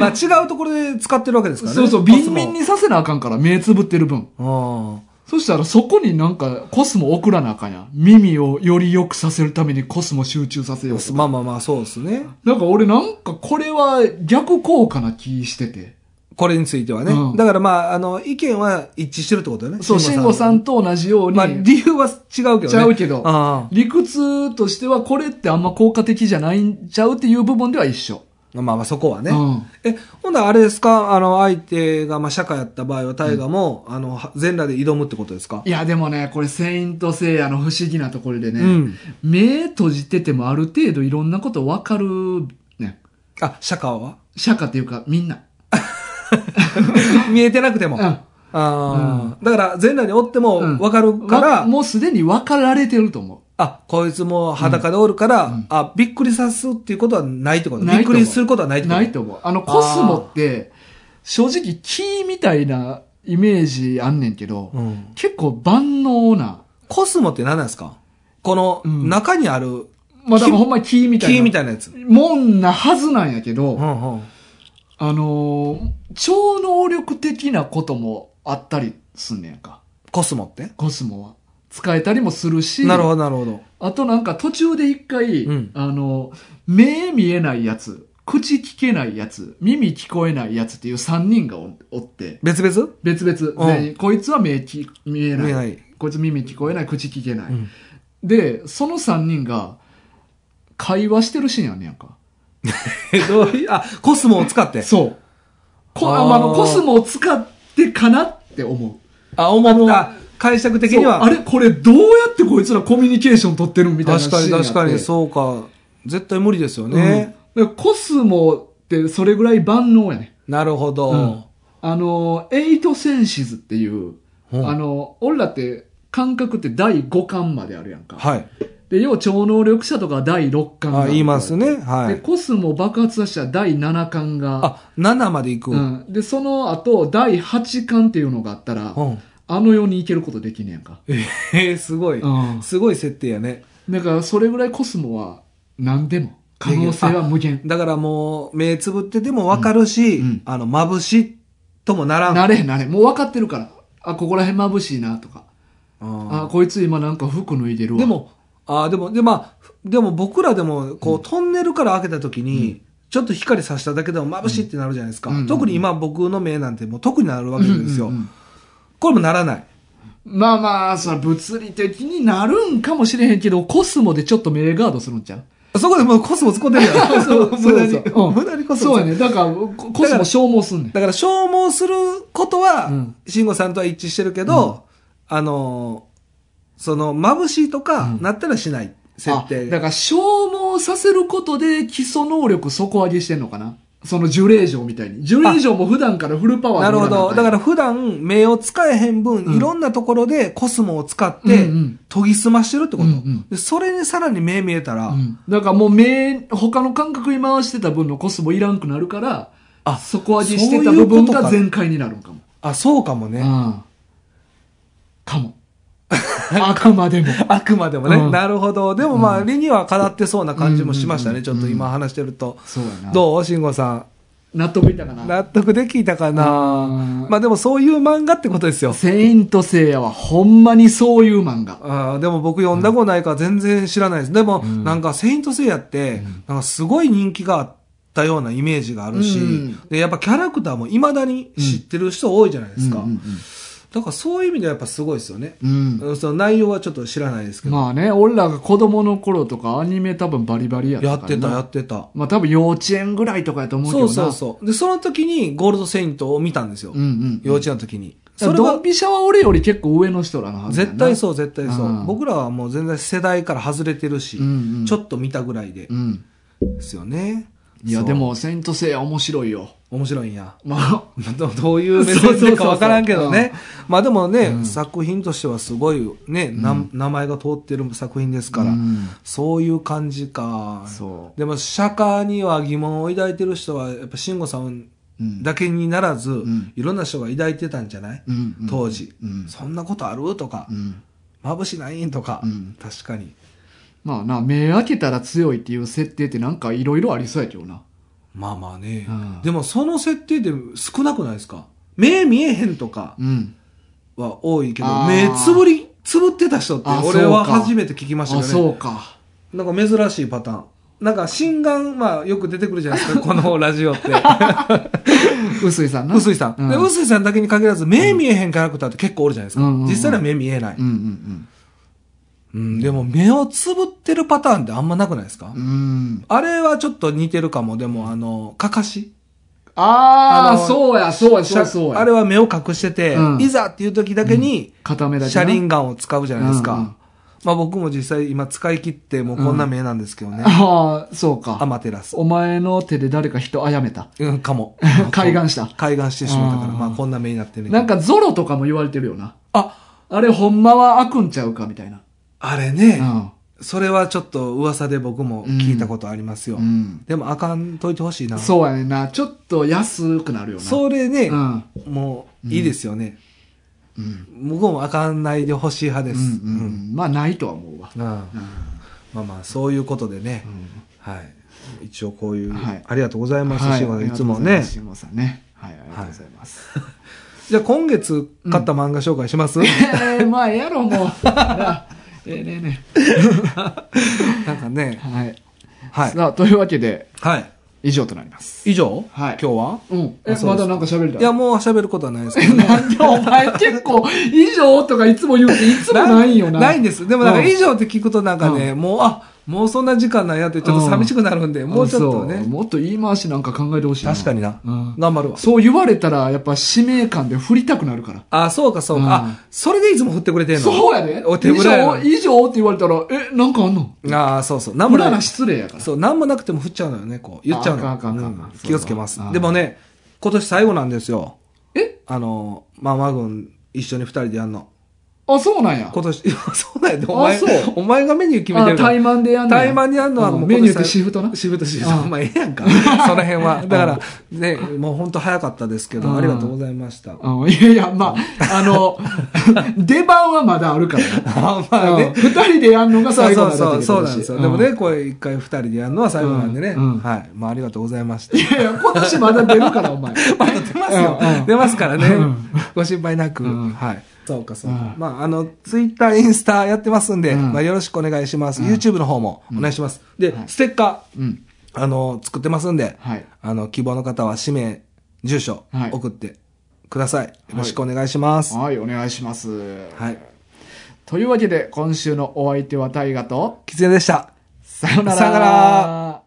[SPEAKER 2] まあ、違うところで使ってるわけですからね。
[SPEAKER 1] そうそう、
[SPEAKER 2] コ
[SPEAKER 1] ビ
[SPEAKER 2] ス
[SPEAKER 1] ン
[SPEAKER 2] モ
[SPEAKER 1] ビン。にさせなあかんから、目つぶってる分。
[SPEAKER 2] うん。
[SPEAKER 1] そしたらそこになんかコスモ送らなあかんやん。耳をより良くさせるためにコスモ集中させようとか
[SPEAKER 2] まあまあまあ、そうですね。
[SPEAKER 1] なんか俺なんかこれは逆効果な気してて。
[SPEAKER 2] これについてはね。
[SPEAKER 1] うん
[SPEAKER 2] だからまあ、あの、意見は一致してるってことだよね。
[SPEAKER 1] そう、慎吾さん
[SPEAKER 2] と。
[SPEAKER 1] と同じように、
[SPEAKER 2] まあ、理由は違うけどね。
[SPEAKER 1] ちゃうけど
[SPEAKER 2] あ
[SPEAKER 1] 理屈としてはこれってあんま効果的じゃないんちゃうっていう部分では一緒。
[SPEAKER 2] あ。まあまあ、そこはね。
[SPEAKER 1] うん。
[SPEAKER 2] え、ほんならあれですかあの、相手が、まあ、社会やった場合は、タイガも、あの、は全裸で挑むってことですか
[SPEAKER 1] いやでもね、これセイントセイヤの不思議なところでね、
[SPEAKER 2] うん
[SPEAKER 1] 目閉じててもある程度いろんなことわかるね。
[SPEAKER 2] あ、社会は
[SPEAKER 1] 釈迦っていうかみんな。
[SPEAKER 2] 見えてなくても。
[SPEAKER 1] うん
[SPEAKER 2] ああ、だから、全裸におっても
[SPEAKER 1] うん、
[SPEAKER 2] わかるから、
[SPEAKER 1] わもうすでに分かられてると思
[SPEAKER 2] あ、こいつもう裸でおるから、あ、びっくりさすっていうことはないってこと
[SPEAKER 1] ない
[SPEAKER 2] びっ
[SPEAKER 1] と思
[SPEAKER 2] く
[SPEAKER 1] う
[SPEAKER 2] りすることはな
[SPEAKER 1] う。
[SPEAKER 2] いってこと
[SPEAKER 1] ないと思う。あのコスモって、正直木みたいなイメージあんねんけど、
[SPEAKER 2] うん。
[SPEAKER 1] 結構万能な、
[SPEAKER 2] コスモって何なんですかこの、
[SPEAKER 1] うん
[SPEAKER 2] 中にある
[SPEAKER 1] まあ、だからほんまに木みたいな。
[SPEAKER 2] 木みたいなやつ。
[SPEAKER 1] もんなはずなんやけど、
[SPEAKER 2] うんうん。
[SPEAKER 1] あのー超能力的なこともあったりすんねやんか。
[SPEAKER 2] コスモって
[SPEAKER 1] コスモは。使えたりもするし、
[SPEAKER 2] なるほど、なるほど。
[SPEAKER 1] あとなんか途中で一回、
[SPEAKER 2] うん
[SPEAKER 1] あのー目見えないやつ、口聞けないやつ、耳聞こえないやつっていう3人がおおって、
[SPEAKER 2] 別々
[SPEAKER 1] 別々、全員こいつは目き見えない
[SPEAKER 2] 見えない
[SPEAKER 1] こいつ耳聞こえない、口聞けない。
[SPEAKER 2] うん
[SPEAKER 1] で、その3人が会話してるシーンやんねやんか。
[SPEAKER 2] え、どういう、あ、コスモを使って。
[SPEAKER 1] そう。こ
[SPEAKER 2] あー
[SPEAKER 1] あの、コスモを使ってかなって思う。
[SPEAKER 2] あ、思った
[SPEAKER 1] あの。
[SPEAKER 2] 解釈的には
[SPEAKER 1] あれこれどうやってこいつらコミュニケーション取ってるみたいなシ
[SPEAKER 2] 確か
[SPEAKER 1] ーン
[SPEAKER 2] に
[SPEAKER 1] やって
[SPEAKER 2] 確かにそうか絶対無理ですよね
[SPEAKER 1] ね、、だからコスモってそれぐらい万能やね。
[SPEAKER 2] なるほど、
[SPEAKER 1] うんあの、エイトセンシズっていう、
[SPEAKER 2] うん
[SPEAKER 1] あの、俺らって感覚って第5巻まであるやんか。
[SPEAKER 2] はい
[SPEAKER 1] で、要は超能力者とかは第6巻があ
[SPEAKER 2] あ
[SPEAKER 1] る
[SPEAKER 2] 言いますねは
[SPEAKER 1] で、
[SPEAKER 2] い
[SPEAKER 1] コスモ爆発はしたら第7巻が。
[SPEAKER 2] あ7までいく、う
[SPEAKER 1] うんん。で、その後、第8巻っていうのがあったら、あの世に行けることできねえんか。
[SPEAKER 2] えー、すごい、
[SPEAKER 1] うん。
[SPEAKER 2] すごい設定やね
[SPEAKER 1] だから、それぐらいコスモは何でも、可能性は無限。
[SPEAKER 2] だからもう目つぶってても分かるし、
[SPEAKER 1] うんうん
[SPEAKER 2] あの眩しいともならん
[SPEAKER 1] なれへんなれへん。もう分かってるから。あ、ここら辺眩しいなとか。
[SPEAKER 2] うん
[SPEAKER 1] あ、こいつ今なんか服脱いでるわ。
[SPEAKER 2] で、も、あーでも、で、まあ、でも僕らでも、こう、トンネルから開けた時に、ちょっと光さしただけでも眩しいってなるじゃないですか。
[SPEAKER 1] うんうんうん
[SPEAKER 2] 特に今僕の目なんてもう特になるわけですよ。
[SPEAKER 1] うんうんうん
[SPEAKER 2] これもならない。
[SPEAKER 1] まあまあ、そら物理的になるんかもしれへんけど、コスモでちょっと目ガードするんちゃう
[SPEAKER 2] そこでもうコスモ使ってるや ん。
[SPEAKER 1] そう
[SPEAKER 2] 無駄に。
[SPEAKER 1] そうそううん
[SPEAKER 2] 無駄にコスモ
[SPEAKER 1] そう
[SPEAKER 2] 使っ
[SPEAKER 1] や
[SPEAKER 2] て
[SPEAKER 1] ね。だから、ココ
[SPEAKER 2] だか
[SPEAKER 1] ス
[SPEAKER 2] ら
[SPEAKER 1] モ消耗すんねん。
[SPEAKER 2] だから消耗することは
[SPEAKER 1] うん、
[SPEAKER 2] 慎吾さんとは一致してるけど、あのーその、眩しいとか
[SPEAKER 1] う、ん
[SPEAKER 2] なったらしない設
[SPEAKER 1] あ
[SPEAKER 2] 定。
[SPEAKER 1] だから消耗させることで基礎能力底上げしてんのかなその呪霊城みたいに。呪霊城も普段からフルパワー、
[SPEAKER 2] なるほど。だからら普段、目を使えへん分、
[SPEAKER 1] うん
[SPEAKER 2] いろんなところでコスモを使って
[SPEAKER 1] うんうん、
[SPEAKER 2] 研ぎ澄ましてるってこと。
[SPEAKER 1] うんうん
[SPEAKER 2] でそれにさらに目見えたら、
[SPEAKER 1] うんだからもう目、他の感覚に回してた分のコスモいらんくなるから、
[SPEAKER 2] あ
[SPEAKER 1] 底上げしてた部分が全開になるんかも。
[SPEAKER 2] あ、そうかも
[SPEAKER 1] う
[SPEAKER 2] ね。
[SPEAKER 1] ん。か も。あくまでも。
[SPEAKER 2] あくまでもね、
[SPEAKER 1] うん
[SPEAKER 2] なるほど。でもまあ、理にはかなってそうな感じもしましたね。
[SPEAKER 1] うん
[SPEAKER 2] ちょっと今話してると。
[SPEAKER 1] そうやな。
[SPEAKER 2] どう慎吾さ
[SPEAKER 1] 納得いったか
[SPEAKER 2] ん。
[SPEAKER 1] な
[SPEAKER 2] 納得できたかな
[SPEAKER 1] うん
[SPEAKER 2] まあでもそういう漫画ってことですよ。
[SPEAKER 1] セイントセイヤはほんまにそういう漫画。
[SPEAKER 2] あーでも僕読んだことないから全然知らないです。でも、
[SPEAKER 1] ん
[SPEAKER 2] なんか、セイントセイヤって、なんかすごい人気があったようなイメージがあるし、
[SPEAKER 1] うん
[SPEAKER 2] で、やっぱキャラクターも未だに知ってる人多いじゃないですか。
[SPEAKER 1] うん
[SPEAKER 2] だからそういう意味ではやっぱすごいですよね。
[SPEAKER 1] うんうんうん
[SPEAKER 2] うんその内容はちょっと知らないですけど。
[SPEAKER 1] まあね、俺らが子供の頃とかアニメ多分バリバリやった
[SPEAKER 2] や
[SPEAKER 1] から
[SPEAKER 2] っ
[SPEAKER 1] な
[SPEAKER 2] てた、やってた。
[SPEAKER 1] まあ多分幼稚園ぐらいとかやと思うけ
[SPEAKER 2] そ
[SPEAKER 1] ど
[SPEAKER 2] う
[SPEAKER 1] な。
[SPEAKER 2] そうそう。で、その時にゴールドセイントを見たんですよ。
[SPEAKER 1] うんうん。
[SPEAKER 2] 幼稚園の時に。
[SPEAKER 1] だか
[SPEAKER 2] そ
[SPEAKER 1] ら
[SPEAKER 2] れ
[SPEAKER 1] ド
[SPEAKER 2] は
[SPEAKER 1] ン、ピシャは俺より結構上の人らのはずやな
[SPEAKER 2] 絶対そう、絶対そうう。
[SPEAKER 1] ん
[SPEAKER 2] 僕らはもう全然世代から外れてるし
[SPEAKER 1] う、んうん。
[SPEAKER 2] ちょっと見たぐらいで
[SPEAKER 1] う。ん。
[SPEAKER 2] ですよね。
[SPEAKER 1] いや
[SPEAKER 2] そう
[SPEAKER 1] で。も、セイントセイヤ面白いよ。
[SPEAKER 2] 面白いんや。
[SPEAKER 1] まあ、
[SPEAKER 2] どどういう目線でかわからんけど
[SPEAKER 1] そうそう
[SPEAKER 2] ね。 まあでもね、
[SPEAKER 1] うん
[SPEAKER 2] 作品としてはすごいね、な名前が通ってる作品ですから、
[SPEAKER 1] うん
[SPEAKER 2] そういう感じか。
[SPEAKER 1] そう。
[SPEAKER 2] でも、釈迦には疑問を抱いてる人は、やっぱ慎吾さん
[SPEAKER 1] うん
[SPEAKER 2] だけにならず、
[SPEAKER 1] ん
[SPEAKER 2] いろんな人が抱いてたんじゃない、
[SPEAKER 1] うんうん
[SPEAKER 2] 当時、
[SPEAKER 1] うん
[SPEAKER 2] そんなことあるとか
[SPEAKER 1] う、ん。
[SPEAKER 2] 眩しないんとか、
[SPEAKER 1] うん
[SPEAKER 2] 確かに。
[SPEAKER 1] まあな、目開けたら強いっていう設定ってなんかいろいろありそうやけどな。
[SPEAKER 2] まあまあね。
[SPEAKER 1] うん
[SPEAKER 2] でも、その設定で少なくないですか目見えへんとか
[SPEAKER 1] うん。
[SPEAKER 2] は多いけど
[SPEAKER 1] あ、ー
[SPEAKER 2] 目つぶり、つぶってた人って
[SPEAKER 1] あ、
[SPEAKER 2] 俺は
[SPEAKER 1] そうか
[SPEAKER 2] 初めて聞きま
[SPEAKER 1] あ、
[SPEAKER 2] したけどね。
[SPEAKER 1] そうか。
[SPEAKER 2] なんか珍しいパターン。なんか、心眼、まあ、よく出てくるじゃない ですか、このラジオって。
[SPEAKER 1] 臼井さんな。
[SPEAKER 2] 臼井さん。
[SPEAKER 1] うん
[SPEAKER 2] で、臼井さんだけに限らず、目見えへんキャラクターって結構おるじゃないですか。
[SPEAKER 1] うんうんうん
[SPEAKER 2] 実際には目見えない、
[SPEAKER 1] うんうん
[SPEAKER 2] うんでも、目をつぶってるパターンってあんまなくないですか、
[SPEAKER 1] うん。うん。
[SPEAKER 2] あれはちょっと似てるかも。でも、あの、かかし
[SPEAKER 1] あ
[SPEAKER 2] あ
[SPEAKER 1] あ、
[SPEAKER 2] の
[SPEAKER 1] そうや、そうや、そうやそうや。
[SPEAKER 2] あれは目を隠してて、
[SPEAKER 1] うん
[SPEAKER 2] いざっていう時だけに、
[SPEAKER 1] 片目だけな
[SPEAKER 2] 車輪ガンを使うじゃないですか。
[SPEAKER 1] うんうん
[SPEAKER 2] まあ僕も実際今使い切って、もうこんな目なんですけどね。
[SPEAKER 1] ああ、そうか。
[SPEAKER 2] アマテラス。
[SPEAKER 1] お前の手で誰か人あやめた。。
[SPEAKER 2] うん、かも
[SPEAKER 1] 開眼した
[SPEAKER 2] 開眼してしまったから、
[SPEAKER 1] うん
[SPEAKER 2] まあこんな目になってるね。
[SPEAKER 1] なん、かゾロとかも言われてるよな。
[SPEAKER 2] あ、
[SPEAKER 1] あれほんまは開くんちゃうかみたいな。
[SPEAKER 2] あれね、
[SPEAKER 1] う
[SPEAKER 2] それはちょっと噂で僕も聞いたことありますよ。
[SPEAKER 1] ん。うん。
[SPEAKER 2] でもあかんといてほしいな。
[SPEAKER 1] そうやねんな。ちょっと安くなるよな。
[SPEAKER 2] それね、
[SPEAKER 1] うん。
[SPEAKER 2] もういいですよね。
[SPEAKER 1] うん。
[SPEAKER 2] 向こうもあかんないでほしい派
[SPEAKER 1] う
[SPEAKER 2] で
[SPEAKER 1] ん
[SPEAKER 2] す。
[SPEAKER 1] うんうん。まあないとは思うわ。
[SPEAKER 2] うんうんまあまあ、そういうことでね、はい。一応こういう、
[SPEAKER 1] はい
[SPEAKER 2] ありがとうございます、
[SPEAKER 1] はい
[SPEAKER 2] 慎吾さんいつも
[SPEAKER 1] ありがとうございま
[SPEAKER 2] ね
[SPEAKER 1] す。慎吾さんね。はい、ありがとうございます。
[SPEAKER 2] じゃあ今月買った漫画紹介しま す、
[SPEAKER 1] えーまあええやろ、 もう。なええねえね
[SPEAKER 2] なんか
[SPEAKER 1] え。
[SPEAKER 2] ね、
[SPEAKER 1] はい。
[SPEAKER 2] はい。
[SPEAKER 1] さあ、というわけで、
[SPEAKER 2] はい。
[SPEAKER 1] 以上となります。
[SPEAKER 2] 以上、
[SPEAKER 1] はい
[SPEAKER 2] 今日は
[SPEAKER 1] うん。え
[SPEAKER 2] あ、そう
[SPEAKER 1] ま
[SPEAKER 2] で
[SPEAKER 1] だ
[SPEAKER 2] す
[SPEAKER 1] なんか喋りた
[SPEAKER 2] いや、もう喋ることはないで すけどね。
[SPEAKER 1] なんでお前結構、以上とかいつも言うて、いつもないんよな。
[SPEAKER 2] ないんです。でもなんか
[SPEAKER 1] うん
[SPEAKER 2] 以上って聞くとなんかね、もう、あ、もうそんな時間なんやって、ちょっと寂しくなるんで、もうちょっと
[SPEAKER 1] そう
[SPEAKER 2] ね。
[SPEAKER 1] もっと言い回しなんか考えてほしいな。
[SPEAKER 2] 確かにな。
[SPEAKER 1] うん
[SPEAKER 2] 頑張るわ。
[SPEAKER 1] そう言われたら、やっぱ使命感で振りたくなるから。
[SPEAKER 2] あ、そうか、そうか。
[SPEAKER 1] うん
[SPEAKER 2] あ、それでいつも振ってくれてんの
[SPEAKER 1] そうやで。
[SPEAKER 2] お手ぶらやな
[SPEAKER 1] 以上、以上って言われたら、え、なんかあんの
[SPEAKER 2] ああ、そうそう。なんも
[SPEAKER 1] 無駄
[SPEAKER 2] な。
[SPEAKER 1] ない失礼やから。
[SPEAKER 2] そう、なんもなくても振っちゃうのよね、こう。言っちゃうの
[SPEAKER 1] ああかんあかんあかん
[SPEAKER 2] うん
[SPEAKER 1] そうだ
[SPEAKER 2] 気をつけます
[SPEAKER 1] あ。あ
[SPEAKER 2] でもね、今年最後なんですよ。
[SPEAKER 1] え
[SPEAKER 2] あの、ママ軍一緒に二人でやんの。
[SPEAKER 1] あ、そうなんや。
[SPEAKER 2] 今年、い やそうだよね。お前
[SPEAKER 1] あそう、
[SPEAKER 2] お前がメニュー決めて
[SPEAKER 1] あ
[SPEAKER 2] るから。
[SPEAKER 1] 怠慢でやんのや
[SPEAKER 2] 怠慢にやんのはもう
[SPEAKER 1] うん
[SPEAKER 2] 今
[SPEAKER 1] メ
[SPEAKER 2] 年
[SPEAKER 1] ニューってシフトな。
[SPEAKER 2] シフトシフ
[SPEAKER 1] あ
[SPEAKER 2] ト。
[SPEAKER 1] あ
[SPEAKER 2] まあええ やんか。その辺は。だから、ね、もう本当早かったですけど、
[SPEAKER 1] ああ
[SPEAKER 2] ありがとうございました。
[SPEAKER 1] うんいやいや、まあ、あ の、出番はまだあるからな。
[SPEAKER 2] あまあ
[SPEAKER 1] うん
[SPEAKER 2] ね。
[SPEAKER 1] 二人でやるのが
[SPEAKER 2] そう
[SPEAKER 1] 最後
[SPEAKER 2] そう
[SPEAKER 1] までだっ
[SPEAKER 2] そ
[SPEAKER 1] てこと
[SPEAKER 2] う、そう
[SPEAKER 1] だ
[SPEAKER 2] な
[SPEAKER 1] し
[SPEAKER 2] んですよ。でもね、これ一回二人でやるのは最後なんでね。
[SPEAKER 1] うんうん
[SPEAKER 2] はい。まあありがとうございまし
[SPEAKER 1] う
[SPEAKER 2] た
[SPEAKER 1] ん。いやいや、今年まだ出るから、お前。
[SPEAKER 2] まあ出ますよ
[SPEAKER 1] うんうん。
[SPEAKER 2] 出ますからね
[SPEAKER 1] うん。
[SPEAKER 2] ご心配なく。
[SPEAKER 1] うん
[SPEAKER 2] はい。そうかそうか
[SPEAKER 1] う。ん
[SPEAKER 2] まあ、あの、ツイッター、インスタやってますんで、
[SPEAKER 1] うん
[SPEAKER 2] まあよろしくお願いします。YouTube の方もお願いします。で、ステッカ
[SPEAKER 1] うん。
[SPEAKER 2] ー、あの、作ってますんで、
[SPEAKER 1] はい。
[SPEAKER 2] あの、希望の方は氏名、住所
[SPEAKER 1] はい、
[SPEAKER 2] 送ってください。よろしくお願いします。
[SPEAKER 1] はい、お願いします。
[SPEAKER 2] はい。
[SPEAKER 1] というわけで、今週のお相手は大河と、
[SPEAKER 2] きつねでした。
[SPEAKER 1] さよ
[SPEAKER 2] さよなら